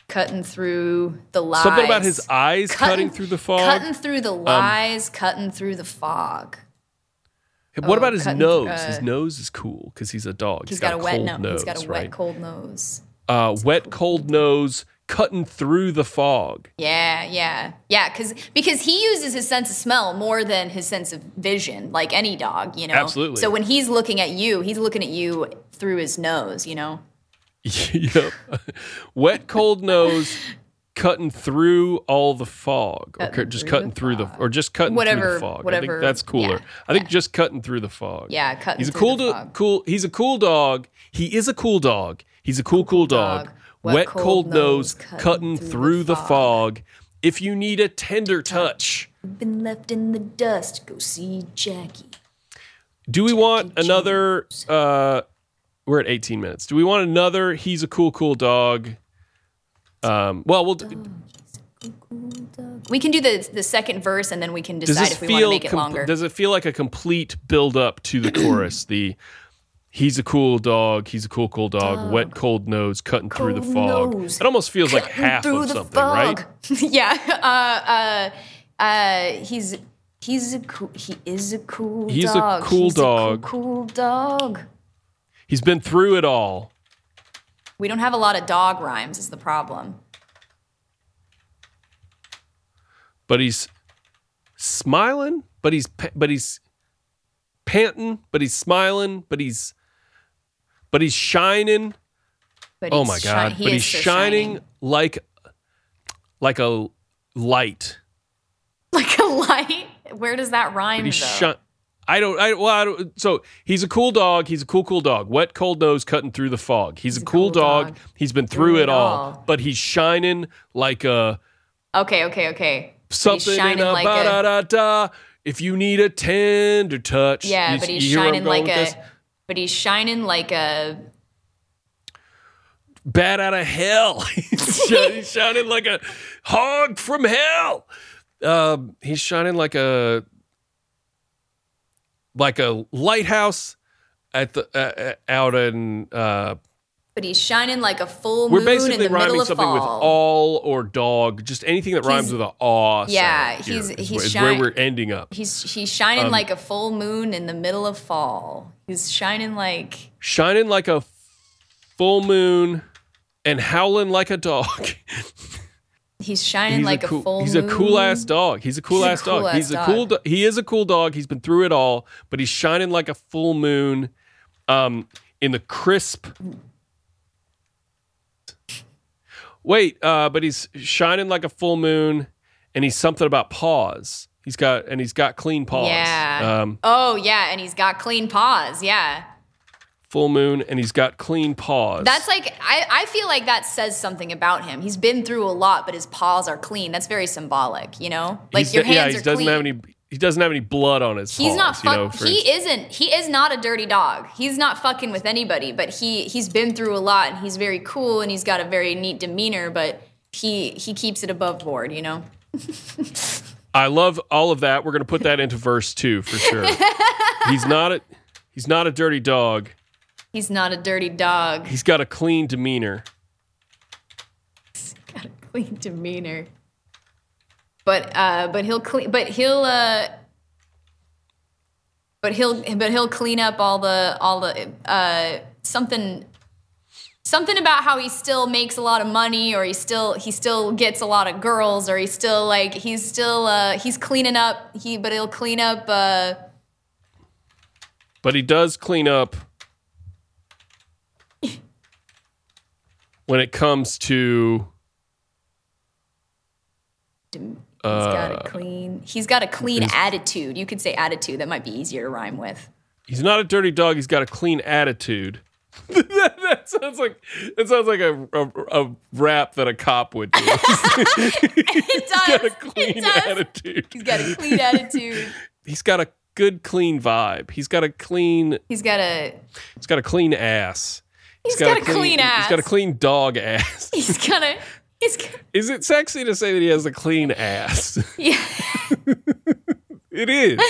Speaker 2: Cutting through the lies.
Speaker 1: Something about his eyes cutting, through the fog. Um,
Speaker 2: Cutting through the lies, cutting through the fog.
Speaker 1: what
Speaker 2: oh,
Speaker 1: about his
Speaker 2: cutting through-
Speaker 1: nose?
Speaker 2: uh,
Speaker 1: his nose is cool because he's a dog.
Speaker 2: He's got, a wet
Speaker 1: cold
Speaker 2: nose. He's got a wet,
Speaker 1: right?
Speaker 2: cold nose.
Speaker 1: uh, wet, cold nose, cutting through the fog.
Speaker 2: Yeah, yeah, yeah. Because because he uses his sense of smell more than his sense of vision, like any dog, you know.
Speaker 1: Absolutely.
Speaker 2: So when he's looking at you, he's looking at you through his nose, you know.
Speaker 1: yep. wet, cold nose, cutting through all the fog, or
Speaker 2: Cutting
Speaker 1: cu- just
Speaker 2: through
Speaker 1: cutting
Speaker 2: the
Speaker 1: through the,
Speaker 2: fog.
Speaker 1: or just cutting through
Speaker 2: Whatever-
Speaker 1: the fog. I
Speaker 2: whatever-
Speaker 1: think that's cooler.
Speaker 2: yeah,
Speaker 1: I think just cutting through the fog.
Speaker 2: Yeah, cutting
Speaker 1: He's a
Speaker 2: through
Speaker 1: cool,
Speaker 2: the
Speaker 1: do-
Speaker 2: fog.
Speaker 1: cool. He's a cool dog. He is a cool dog. He's a cool, cool dog.
Speaker 2: dog.
Speaker 1: Wet, cold, nose, cutting, through, the, fog. If you need a tender touch,
Speaker 3: You've been left in the dust. Go see Jackie.
Speaker 1: do we want another? Uh, we're at 18 minutes. Do we want another? He's a cool, cool dog. Um, well, we'll. d-
Speaker 2: We can do the the second verse, and then we can
Speaker 1: does
Speaker 2: decide
Speaker 1: this
Speaker 2: if we want to
Speaker 1: feel
Speaker 2: make it
Speaker 1: com-
Speaker 2: longer.
Speaker 1: does it feel like a complete build up to the chorus the he's a cool dog he's a cool cool dog wet cold nose cutting through the
Speaker 3: Cold
Speaker 1: fog
Speaker 3: nose,
Speaker 1: it almost feels like
Speaker 3: cutting
Speaker 1: half
Speaker 3: through
Speaker 1: of
Speaker 3: the
Speaker 1: something
Speaker 3: fog.
Speaker 1: right
Speaker 2: yeah. Uh, uh, uh,
Speaker 3: He's he's a cool he is a cool
Speaker 1: He's a
Speaker 3: dog.
Speaker 1: cool
Speaker 3: he's
Speaker 1: dog.
Speaker 3: A cool, cool dog.
Speaker 1: he's been through it all
Speaker 2: we don't have a lot of dog rhymes, is the problem.
Speaker 1: but he's smiling but he's pa- but he's panting but he's smiling but he's but he's shining
Speaker 2: But
Speaker 1: oh
Speaker 2: he's
Speaker 1: my
Speaker 2: shi-
Speaker 1: god
Speaker 2: he
Speaker 1: but
Speaker 2: is
Speaker 1: he's
Speaker 2: so
Speaker 1: shining, like like a light
Speaker 2: like a light. Where does that rhyme?
Speaker 1: But he's
Speaker 2: though?
Speaker 1: shun- I don't. I well. I don't, so he's a cool dog. He's a cool, cool dog. Wet, cold nose, cutting through the fog. He's, a cool, dog. He's been through it all, but he's shining like a
Speaker 2: Okay, okay, okay. But he's
Speaker 1: something in
Speaker 2: shining
Speaker 1: a
Speaker 2: like
Speaker 1: ba da da da. If you need a tender touch,
Speaker 2: Yeah,
Speaker 1: You-
Speaker 2: but he's
Speaker 1: you hear where I'm
Speaker 2: shining
Speaker 1: going
Speaker 2: like a.
Speaker 1: with this?
Speaker 2: But he's shining like a.
Speaker 1: bat out of hell. he's, shi- he's shining like a hog from hell. Um, he's shining like a like a lighthouse at the uh, uh, out in. Uh,
Speaker 2: But he's shining like a full
Speaker 1: we're
Speaker 2: moon in
Speaker 1: basically
Speaker 2: the middle
Speaker 1: rhyming
Speaker 2: of
Speaker 1: something
Speaker 2: fall.
Speaker 1: with all or dog, just anything that rhymes
Speaker 2: He's-
Speaker 1: with a aw.
Speaker 2: Yeah,
Speaker 1: sound here
Speaker 2: he's-
Speaker 1: is
Speaker 2: he's
Speaker 1: where, is where
Speaker 2: shi-
Speaker 1: we're ending up.
Speaker 2: he's he's
Speaker 1: Um,
Speaker 2: shining like a full moon in the middle of fall. He's shining like
Speaker 1: Shining like a full moon and howling like a dog.
Speaker 2: he's shining
Speaker 1: he's
Speaker 2: like
Speaker 1: a, cool,
Speaker 2: full.
Speaker 1: he's
Speaker 2: moon.
Speaker 1: a cool ass dog. He's a cool
Speaker 2: He's a
Speaker 1: ass
Speaker 2: cool
Speaker 1: dog.
Speaker 2: ass
Speaker 1: he's a cool. Do- he is a cool dog. He's been through it all, but he's shining like a full moon, um, in the crisp. Wait, uh, but he's shining like a full moon, and he's something about paws. He's got and he's got clean paws.
Speaker 2: Yeah.
Speaker 1: Um,
Speaker 2: oh yeah, and he's got clean paws. Yeah.
Speaker 1: full moon, and he's got clean paws.
Speaker 2: That's like I, I feel like that says something about him. He's been through a lot, but his paws are clean. That's very symbolic, you know. Like
Speaker 1: He's-
Speaker 2: your hands
Speaker 1: yeah, he
Speaker 2: are
Speaker 1: doesn't
Speaker 2: clean.
Speaker 1: have any. He doesn't have any blood on his.
Speaker 2: He's
Speaker 1: paws,
Speaker 2: not
Speaker 1: you know,
Speaker 2: fuck,
Speaker 1: for
Speaker 2: he isn't he is not a dirty dog. He's not fucking with anybody, but he he's been through a lot and he's very cool and he's got a very neat demeanor, but he he keeps it above board, you know.
Speaker 1: I love all of that. We're going to put that into verse two for sure. he's not a he's not a dirty dog.
Speaker 2: He's not a dirty dog.
Speaker 1: He's got a clean demeanor.
Speaker 2: Got a clean demeanor. But uh but he'll clean but he'll uh but he'll but he'll clean up all the all the uh something something about how he still makes a lot of money or he still he still gets a lot of girls or he's still like he's still uh he's cleaning up he but he'll clean up uh
Speaker 1: But he does clean up when it comes to
Speaker 2: he's
Speaker 1: Uh,
Speaker 2: got a clean he's got a clean attitude. You could say attitude that might be easier to rhyme with.
Speaker 1: he's not a dirty dog, he's got a clean attitude. that sounds like that sounds like a, a, a rap that a cop would do.
Speaker 2: It does.
Speaker 1: He's got a
Speaker 2: it
Speaker 1: clean
Speaker 2: does.
Speaker 1: attitude.
Speaker 2: He's got a clean attitude.
Speaker 1: He's got a good clean vibe. He's got a clean
Speaker 2: He's got a
Speaker 1: He's got a clean ass.
Speaker 2: He's got a
Speaker 1: He's
Speaker 2: clean
Speaker 1: got a
Speaker 2: ass.
Speaker 1: clean dog ass.
Speaker 2: he's got a he's got,
Speaker 1: Is it sexy to say that he has a clean ass?
Speaker 2: yeah.
Speaker 1: it is.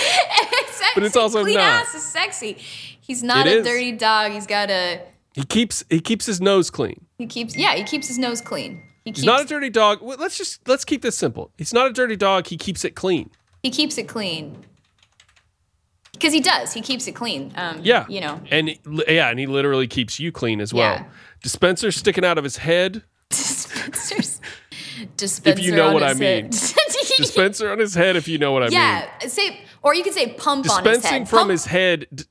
Speaker 2: It's
Speaker 1: but it's also
Speaker 2: clean
Speaker 1: not.
Speaker 2: ass is sexy. He's not
Speaker 1: It
Speaker 2: a
Speaker 1: is.
Speaker 2: dirty dog. He's got a
Speaker 1: He keeps he keeps his nose clean.
Speaker 2: he keeps yeah he keeps his nose clean. He keeps
Speaker 1: He's not a dirty dog. Well, Let's just let's keep this simple. He's not a dirty dog. He keeps it clean.
Speaker 2: he keeps it clean because he does. He keeps it clean. Um,
Speaker 1: Yeah.
Speaker 2: you know.
Speaker 1: And he- yeah, and he literally keeps you clean as well.
Speaker 2: Yeah.
Speaker 1: Dispenser sticking out of his head.
Speaker 2: dispensers. Dispenser
Speaker 1: know
Speaker 2: on
Speaker 1: what I
Speaker 2: his head.
Speaker 1: mean. Dispenser on his head if you know what I mean.
Speaker 2: yeah, say or you could say pump on his
Speaker 1: Dispensing
Speaker 2: head. Oh.
Speaker 1: from
Speaker 2: pump,
Speaker 1: his head. d-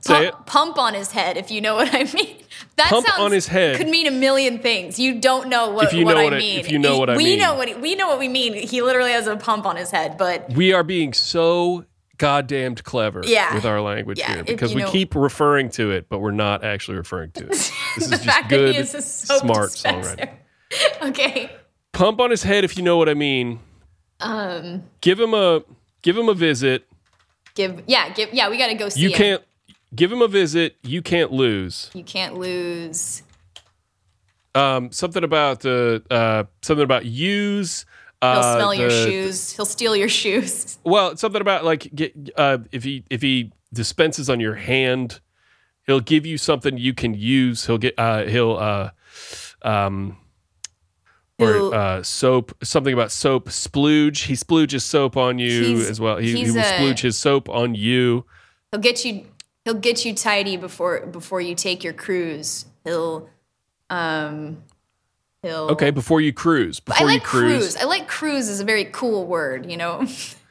Speaker 1: Say it.
Speaker 2: pump, pump on his head, if you know what I mean. That
Speaker 1: Pump
Speaker 2: sounds
Speaker 1: on his head.
Speaker 2: could mean a million things. You don't know what,
Speaker 1: If you
Speaker 2: what
Speaker 1: know
Speaker 2: I
Speaker 1: what I-
Speaker 2: mean.
Speaker 1: if you know what I
Speaker 2: we
Speaker 1: mean.
Speaker 2: know what he- we know what we mean. He literally has a pump on his head, but
Speaker 1: We are being so goddamned clever
Speaker 2: Yeah.
Speaker 1: with our language
Speaker 2: Yeah,
Speaker 1: here
Speaker 2: if
Speaker 1: because
Speaker 2: you
Speaker 1: we
Speaker 2: know-
Speaker 1: keep referring to it, but we're not actually referring to it. This is
Speaker 2: the
Speaker 1: just
Speaker 2: fact
Speaker 1: good,
Speaker 2: that he is a soap
Speaker 1: smart songwriting.
Speaker 2: dispenser. okay.
Speaker 1: Pump on his head if you know what I mean.
Speaker 2: Um
Speaker 1: Give him a give him a visit.
Speaker 2: give yeah, give yeah, we gotta go see
Speaker 1: You
Speaker 2: him.
Speaker 1: can't give him a visit. You can't lose.
Speaker 2: you can't lose.
Speaker 1: um, something about the uh, something about use.
Speaker 2: He'll
Speaker 1: Uh,
Speaker 2: smell your
Speaker 1: the-
Speaker 2: shoes. He'll steal your shoes.
Speaker 1: Well, something about like get, uh, if he if he dispenses on your hand, he'll give you something you can use. He'll get uh, he'll uh, um, or
Speaker 2: He'll-
Speaker 1: uh, soap something about soap splooge. He splooges soap on you
Speaker 2: He's-
Speaker 1: as well. He, he
Speaker 2: he's
Speaker 1: will
Speaker 2: a-
Speaker 1: splooge his soap on you.
Speaker 2: He'll get you. He'll get you tidy before before you take your cruise. He'll, um, he'll.
Speaker 1: Okay, Uh, before you cruise,
Speaker 2: I
Speaker 1: before
Speaker 2: like
Speaker 1: you cruise,
Speaker 2: cruise. I like cruise is a very cool word. You know,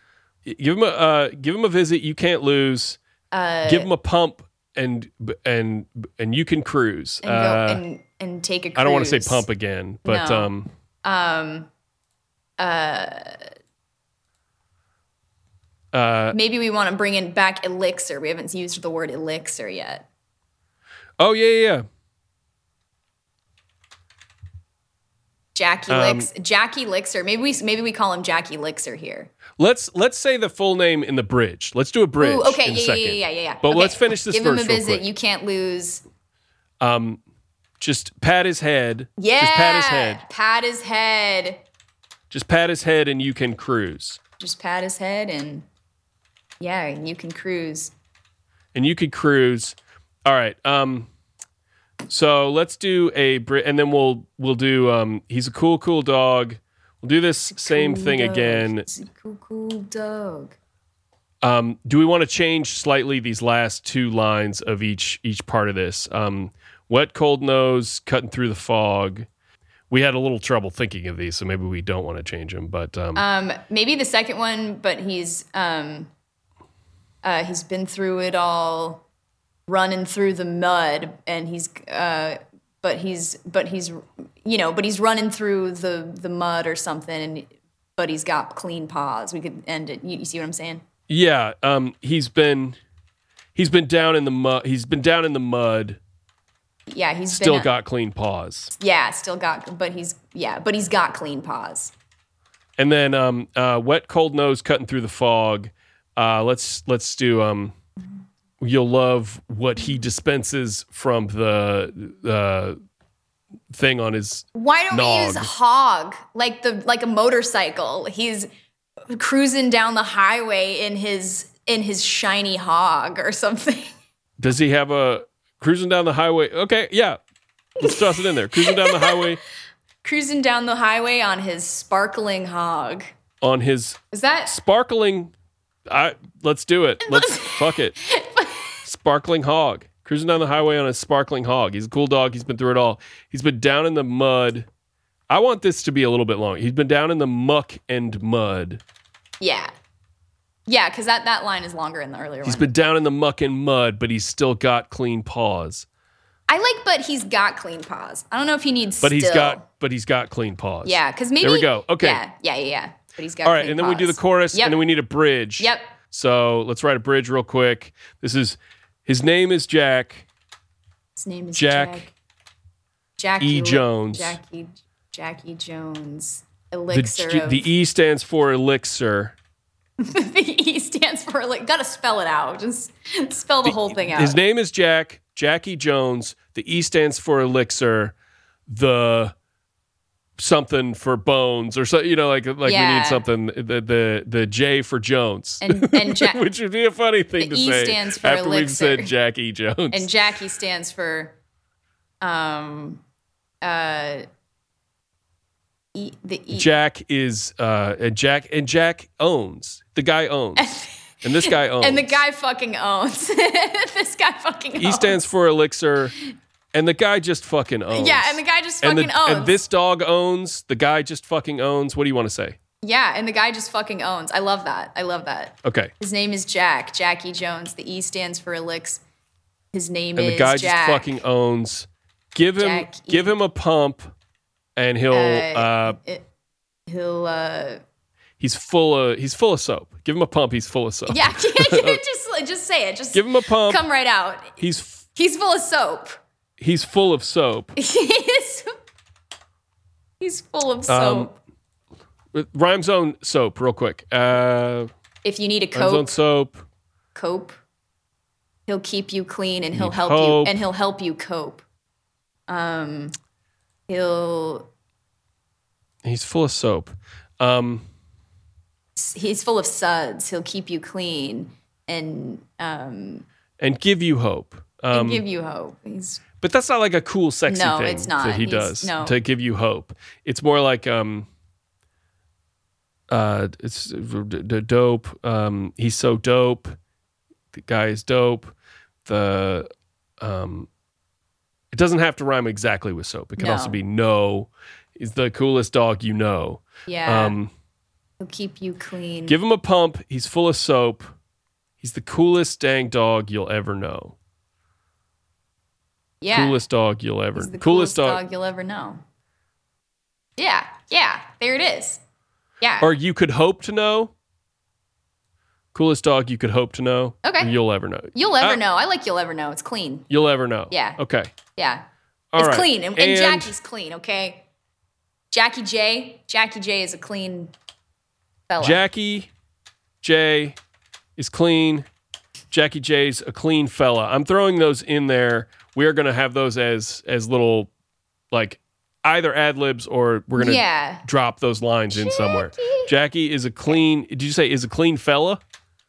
Speaker 1: give him a uh, give him a visit. You can't lose.
Speaker 2: Uh,
Speaker 1: give him a pump, and and and you can cruise.
Speaker 2: and,
Speaker 1: Uh,
Speaker 2: go, and and take a cruise.
Speaker 1: I don't want to say pump again, but
Speaker 2: No.
Speaker 1: um,
Speaker 2: Maybe we want to bring in back elixir. We haven't used the word elixir yet.
Speaker 1: oh yeah, yeah, yeah.
Speaker 2: Jackie
Speaker 1: Um,
Speaker 2: Lix, Jackie Elixir. Maybe we maybe we call him Jackie Elixir here.
Speaker 1: Let's let's say the full name in the bridge. Let's do a bridge.
Speaker 2: Ooh, okay,
Speaker 1: in a
Speaker 2: yeah, yeah,
Speaker 1: second.
Speaker 2: yeah, yeah, yeah, yeah.
Speaker 1: But
Speaker 2: Okay,
Speaker 1: let's finish this
Speaker 2: Give
Speaker 1: verse
Speaker 2: him a
Speaker 1: real
Speaker 2: visit.
Speaker 1: quick.
Speaker 2: You can't lose.
Speaker 1: Just pat his head.
Speaker 2: Yeah,
Speaker 1: Just pat his head.
Speaker 2: Pat his head.
Speaker 1: Just pat his head, and you can cruise.
Speaker 2: just pat his head and yeah, and you can cruise.
Speaker 1: and you could cruise. All right. Um, so let's do a Brit, and then we'll we'll do. Um, he's a cool, cool dog. We'll do this same thing
Speaker 2: dog.
Speaker 1: again.
Speaker 2: It's a cool, cool dog.
Speaker 1: Um, do we want to change slightly these last two lines of each each part of this? Um, wet, cold nose, cutting through the fog. We had a little trouble thinking of these, so maybe we don't want to change them. But um,
Speaker 2: Um, maybe the second one, but he's um, uh, he's been through it all, running through the mud, and he's uh, but he's but he's you know but he's running through the the mud or something, and but he's got clean paws. We could end it. You, you see what I'm saying?
Speaker 1: yeah, um, he's been he's been down in the mud. He's been down in the mud.
Speaker 2: Yeah, he's
Speaker 1: Still
Speaker 2: been,
Speaker 1: got clean paws.
Speaker 2: yeah, still got, but he's yeah, but he's got clean paws.
Speaker 1: And then um, uh, wet cold nose cutting through the fog. Uh, let's let's do. Um, you'll love what he dispenses from the uh, thing on his.
Speaker 2: Why don't we use
Speaker 1: Nog.
Speaker 2: hog like the like a motorcycle? He's cruising down the highway in his in his shiny hog or something.
Speaker 1: Does he have a cruising down the highway? Okay, yeah, let's toss it in there. Cruising down the highway
Speaker 2: cruising down the highway on his sparkling hog.
Speaker 1: on his
Speaker 2: Is that
Speaker 1: sparkling. I let's do it. Let's fuck it. Sparkling hog cruising down the highway on a sparkling hog. He's a cool dog. He's been through it all. He's been down in the mud. I want this to be a little bit long. He's been down in the muck and mud.
Speaker 2: yeah. Yeah, because that, that line is longer in the earlier
Speaker 1: He's
Speaker 2: one.
Speaker 1: been down in the muck and mud, but he's still got clean paws.
Speaker 2: I like, but he's got clean paws. I don't know if he needs.
Speaker 1: But he's
Speaker 2: still.
Speaker 1: got but he's got clean paws.
Speaker 2: Yeah, because maybe
Speaker 1: There we go. Okay.
Speaker 2: Yeah, yeah, yeah. yeah. But he's got.
Speaker 1: All right,
Speaker 2: clean
Speaker 1: and then we do the
Speaker 2: paws.
Speaker 1: chorus,
Speaker 2: Yep.
Speaker 1: and then we need a bridge.
Speaker 2: Yep.
Speaker 1: So let's write a bridge real quick. This is his name is Jack.
Speaker 2: His name is
Speaker 1: Jack
Speaker 2: Jack. Jackie
Speaker 1: E. Jones.
Speaker 2: Jackie Jackie E. Jones.
Speaker 1: The,
Speaker 2: Elixir.
Speaker 1: G-
Speaker 2: of,
Speaker 1: the E stands for elixir.
Speaker 2: the E stands for like. Gotta spell it out. Just spell the, whole thing out.
Speaker 1: His name is Jack, Jackie Jones. The E stands for elixir. The something for Bones or so. You know, like like we
Speaker 2: Yeah.
Speaker 1: need something. The the the J for Jones,
Speaker 2: And and Jack
Speaker 1: which would be a funny thing
Speaker 2: The
Speaker 1: to
Speaker 2: E
Speaker 1: say
Speaker 2: stands for
Speaker 1: after we've
Speaker 2: elixir.
Speaker 1: said Jackie Jones.
Speaker 2: and Jackie stands for um uh e, the e,
Speaker 1: Jack is uh and Jack and Jack owns the guy owns and this guy E owns
Speaker 2: and the guy fucking owns. this guy fucking owns.
Speaker 1: he stands for elixir and the guy just fucking owns
Speaker 2: Yeah, and the guy just
Speaker 1: and,
Speaker 2: fucking
Speaker 1: the-
Speaker 2: owns.
Speaker 1: and this dog owns the guy just fucking owns what do you want to say
Speaker 2: yeah, and the guy just fucking owns. I love that. I love that.
Speaker 1: okay
Speaker 2: His name is Jack. Jackie Jones. The E stands for Elix. His name
Speaker 1: and
Speaker 2: is
Speaker 1: the guy
Speaker 2: Jack.
Speaker 1: just fucking owns give him
Speaker 2: Jack E.
Speaker 1: give him a pump and he'll uh,
Speaker 2: It- he'll uh
Speaker 1: he's full of he's full of soap give him a pump he's full of soap
Speaker 2: yeah. just just say it. Just
Speaker 1: give him a pump
Speaker 2: come right out.
Speaker 1: he's f-
Speaker 2: He's full of soap.
Speaker 1: he's full of soap
Speaker 2: He's he's full
Speaker 1: Um,
Speaker 2: of soap.
Speaker 1: rhymes on soap real quick uh
Speaker 2: if you need a
Speaker 1: rhymes on
Speaker 2: cope,
Speaker 1: soap
Speaker 2: cope. He'll keep you clean and he'll
Speaker 1: Need
Speaker 2: help
Speaker 1: hope.
Speaker 2: you and he'll help you cope. Um he'll
Speaker 1: He's full of soap. Um,
Speaker 2: he's full of suds. He'll keep you clean and um
Speaker 1: and give you hope.
Speaker 2: and
Speaker 1: Um,
Speaker 2: give you hope. He's
Speaker 1: but that's not like a cool, sexy
Speaker 2: No,
Speaker 1: thing
Speaker 2: it's not.
Speaker 1: that he
Speaker 2: He's-
Speaker 1: does
Speaker 2: no.
Speaker 1: to give you hope. It's more like um, uh, it's d- d- dope. Um, he's so dope. The guy is dope. The um, it doesn't have to rhyme exactly with soap. It can
Speaker 2: No.
Speaker 1: also be no. He's the coolest dog you know.
Speaker 2: yeah.
Speaker 1: Um,
Speaker 2: he'll keep you clean.
Speaker 1: Give him a pump. He's full of soap. He's the coolest dang dog you'll ever know.
Speaker 2: yeah.
Speaker 1: Coolest dog you'll ever.
Speaker 2: He's the
Speaker 1: Coolest,
Speaker 2: coolest,
Speaker 1: dog.
Speaker 2: dog. you'll ever know. Yeah, yeah, there it is. Yeah.
Speaker 1: Or you could hope to know. Coolest dog you could hope to know.
Speaker 2: Okay.
Speaker 1: or You'll ever know.
Speaker 2: you'll ever
Speaker 1: Uh,
Speaker 2: know. I like you'll ever know. It's clean.
Speaker 1: You'll ever know.
Speaker 2: Yeah.
Speaker 1: Okay.
Speaker 2: Yeah.
Speaker 1: All
Speaker 2: it's
Speaker 1: right.
Speaker 2: clean. And, and Jackie's clean, okay? Jackie J. Jackie J is a clean fella.
Speaker 1: Jackie J is clean. Jackie J's a clean fella. I'm throwing those in there. We are going to have those as as little like either ad libs or we're going to
Speaker 2: Yeah.
Speaker 1: drop those lines in somewhere. Jackie is a clean. Did you say is a clean fella?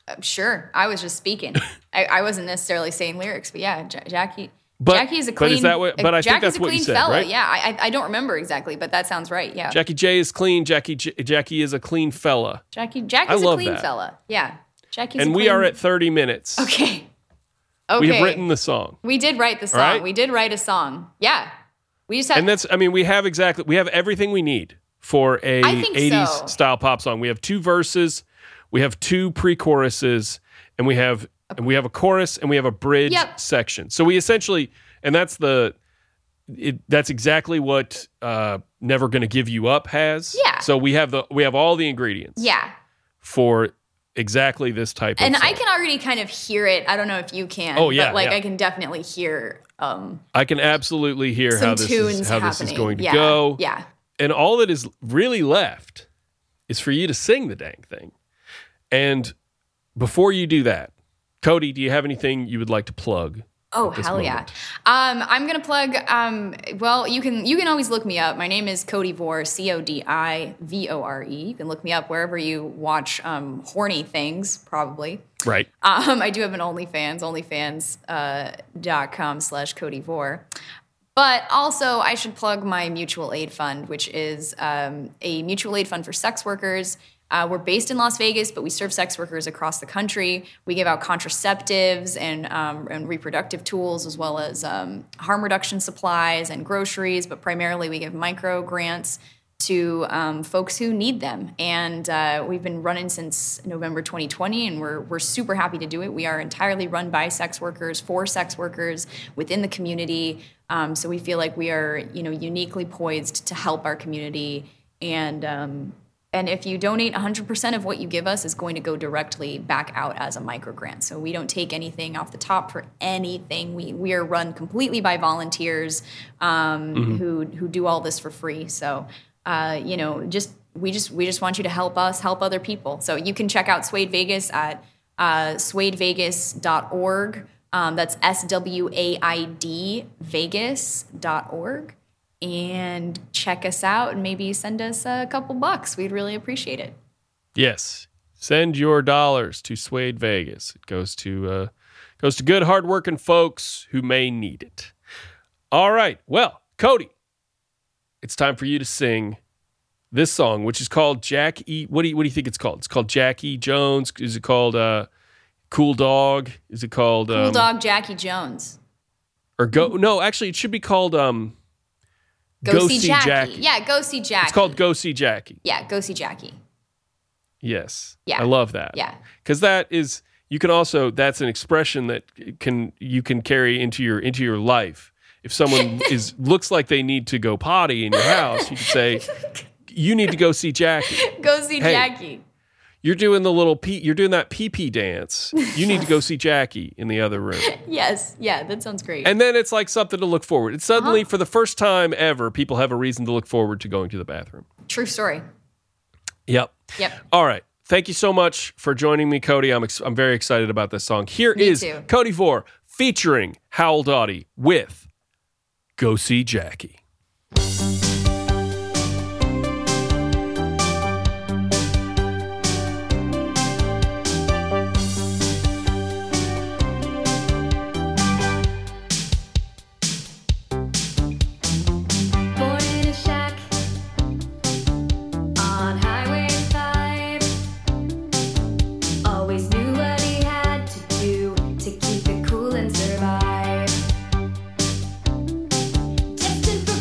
Speaker 2: Uh, sure. I was just speaking. I, I wasn't necessarily saying lyrics, but yeah, Ja- Jackie.
Speaker 1: But-
Speaker 2: Jackie is a
Speaker 1: but
Speaker 2: clean.
Speaker 1: is that what- but I think
Speaker 2: Jackie's
Speaker 1: that's
Speaker 2: a
Speaker 1: what you
Speaker 2: clean
Speaker 1: said,
Speaker 2: fella.
Speaker 1: right?
Speaker 2: Yeah, I, I- I don't remember exactly, but that sounds right. Yeah,
Speaker 1: Jackie J is clean. Jackie J, Jackie is a clean fella.
Speaker 2: Jackie. Jackie's
Speaker 1: love
Speaker 2: a clean
Speaker 1: that.
Speaker 2: fella. Yeah, Jackie's. a
Speaker 1: and we
Speaker 2: clean-
Speaker 1: are at 30 minutes.
Speaker 2: Okay. Okay.
Speaker 1: We have written the song.
Speaker 2: We did write the song.
Speaker 1: right?
Speaker 2: We did write a song. Yeah. We just
Speaker 1: And
Speaker 2: had.
Speaker 1: that's I mean we have exactly we have everything we need for a
Speaker 2: I think
Speaker 1: 80s
Speaker 2: so.
Speaker 1: style pop song. We have two verses, we have two pre-choruses, and we have and we have a chorus and we have a bridge
Speaker 2: Yep.
Speaker 1: section. So we essentially and that's the it, that's exactly what uh Never Gonna Give You Up has.
Speaker 2: Yeah.
Speaker 1: So we have the we have all the ingredients
Speaker 2: Yeah.
Speaker 1: for exactly this type
Speaker 2: And
Speaker 1: of song.
Speaker 2: I can already kind of hear it. I don't know if you can.
Speaker 1: Oh, yeah,
Speaker 2: But like
Speaker 1: yeah.
Speaker 2: I can definitely hear um,
Speaker 1: I can absolutely hear
Speaker 2: some
Speaker 1: how this
Speaker 2: tunes
Speaker 1: is how
Speaker 2: happening.
Speaker 1: this is going to
Speaker 2: yeah.
Speaker 1: go.
Speaker 2: Yeah.
Speaker 1: and all that is really left is for you to sing the dang thing. And before you do that, Cody, do you have anything you would like to plug?
Speaker 2: Oh
Speaker 1: this
Speaker 2: hell yeah!
Speaker 1: moment.
Speaker 2: Um, I'm gonna plug. Um, well, you can you can always look me up. My name is Cody Vore, C O D I V O R E. You can look me up wherever you watch um, horny things, probably.
Speaker 1: Right.
Speaker 2: Um, I do have an OnlyFans, onlyfans.com slash Cody Vore. But also, I should plug my mutual aid fund, which is um, a mutual aid fund for sex workers. Uh, we're based in Las Vegas, but we serve sex workers across the country. We give out contraceptives and, um, and reproductive tools, as well as um, harm reduction supplies and groceries, but primarily we give micro grants to um, folks who need them. And uh, we've been running since November 2020, and we're, we're super happy to do it. We are entirely run by sex workers, for sex workers within the community. Um, so we feel like we are, you know, uniquely poised to help our community. And um, and if you donate, 100% of what you give us is going to go directly back out as a micro grant. So we don't take anything off the top for anything. We we are run completely by volunteers um, who who do all this for free. So uh, you know, just we just we just want you to help us help other people. So you can check out Suede Vegas at uh, suadevegas.org. Um, that's S W A I D Vegas.org and check us out and maybe send us a couple bucks. We'd really appreciate it.
Speaker 1: Yes. Send your dollars to Suede Vegas. It goes to uh, goes to good hardworking folks who may need it. All right. Well, Cody, it's time for you to sing this song, which is called Jack E. What do you what do you think it's called? It's called Jack E. Jones. Is it called uh, Cool Dog? Is it called
Speaker 2: Cool
Speaker 1: um,
Speaker 2: dog Jackie Jones.
Speaker 1: or Go? No, actually, it should be called um,
Speaker 2: Go, see, Jackie. Yeah, go see Jackie.
Speaker 1: It's called Go See Jackie.
Speaker 2: Yeah, go see Jackie.
Speaker 1: Yes.
Speaker 2: Yeah.
Speaker 1: I love that.
Speaker 2: Yeah.
Speaker 1: Because that is you can also that's an expression that can you can carry into your into your life. If someone is looks like they need to go potty in your house, you can say, "You need to go see Jackie.
Speaker 2: Go see
Speaker 1: Hey.
Speaker 2: Jackie.
Speaker 1: You're doing the little pee. You're doing that pee pee dance. You need to go see Jackie in the other room."
Speaker 2: Yes. Yeah, that sounds great.
Speaker 1: And then it's like something to look forward. It's suddenly
Speaker 2: Uh-huh.
Speaker 1: for the first time ever, people have a reason to look forward to going to the bathroom.
Speaker 2: True story.
Speaker 1: Yep.
Speaker 2: Yep.
Speaker 1: All right. Thank you so much for joining me, Cody. I'm, ex- I'm very excited about this song. Here is
Speaker 2: too.
Speaker 1: Cody Vore featuring Howl Dottie with Go See Jackie.
Speaker 4: Born in a shack on Highway 5. Always knew what he had to do to keep it cool and survive. Destined for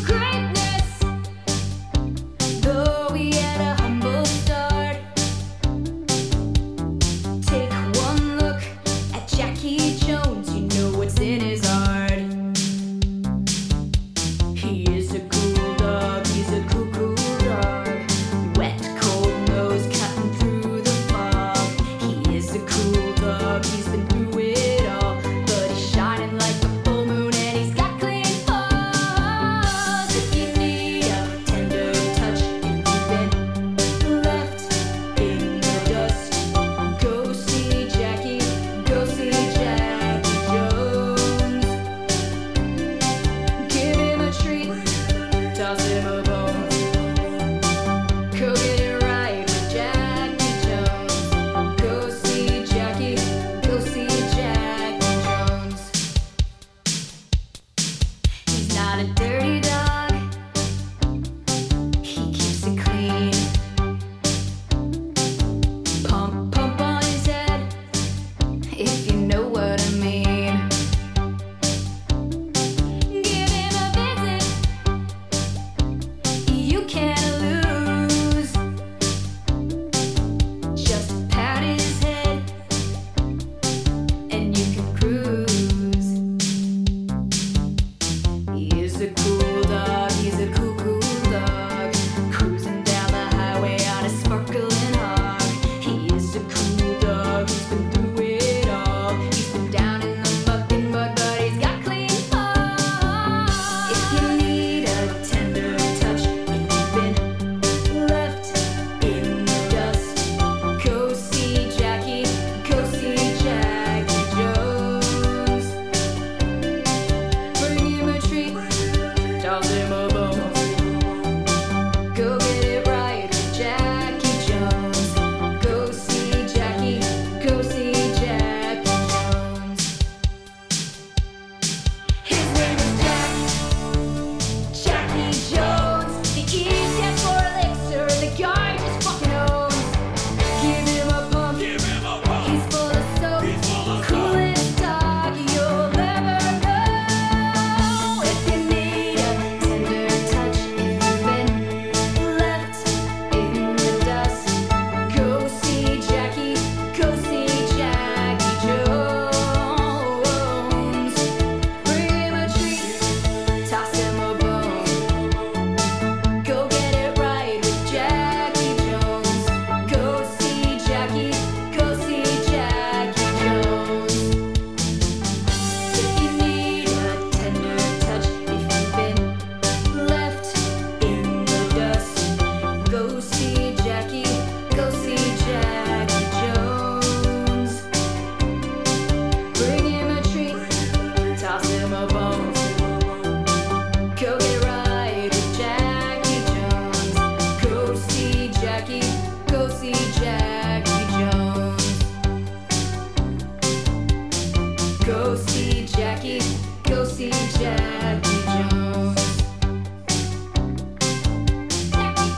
Speaker 4: Go see Jackie. Go see Jackie Jones.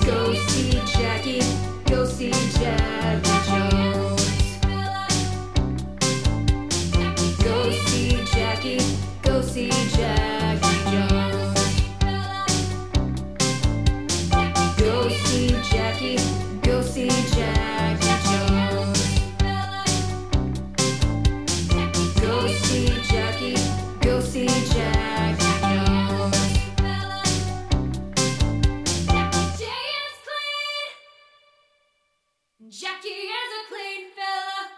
Speaker 4: Go see Jackie. Go see Jackie Jones. Go see Jackie. Go see Jackie Jones. Go see Jackie. Go see Jackie Jones. Go see Jackie. Go see Jackie Jones. Jay is clean. Jackie is a clean fella.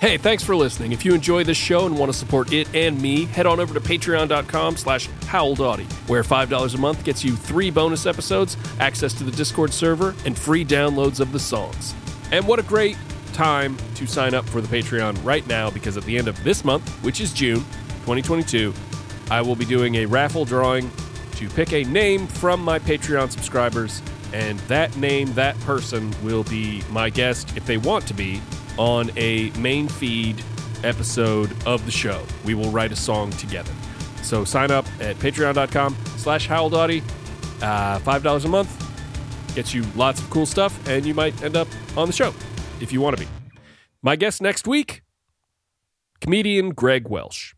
Speaker 1: Hey, thanks for listening. If you enjoy this show and want to support it and me, head on over to patreon.com slash howledaughty, where $5 a month gets you three bonus episodes, access to the Discord server, and free downloads of the songs. And what a great time to sign up for the Patreon right now, because at the end of this month, which is June 2022, I will be doing a raffle drawing to pick a name from my Patreon subscribers, and that name, that person, will be my guest if they want to be on a main feed episode of the show. We will write a song together. So sign up at patreon.com slash howldaughty. Uh, $5 a month gets you lots of cool stuff, and you might end up on the show if you want to be. My guest next week, comedian Greg Welsh.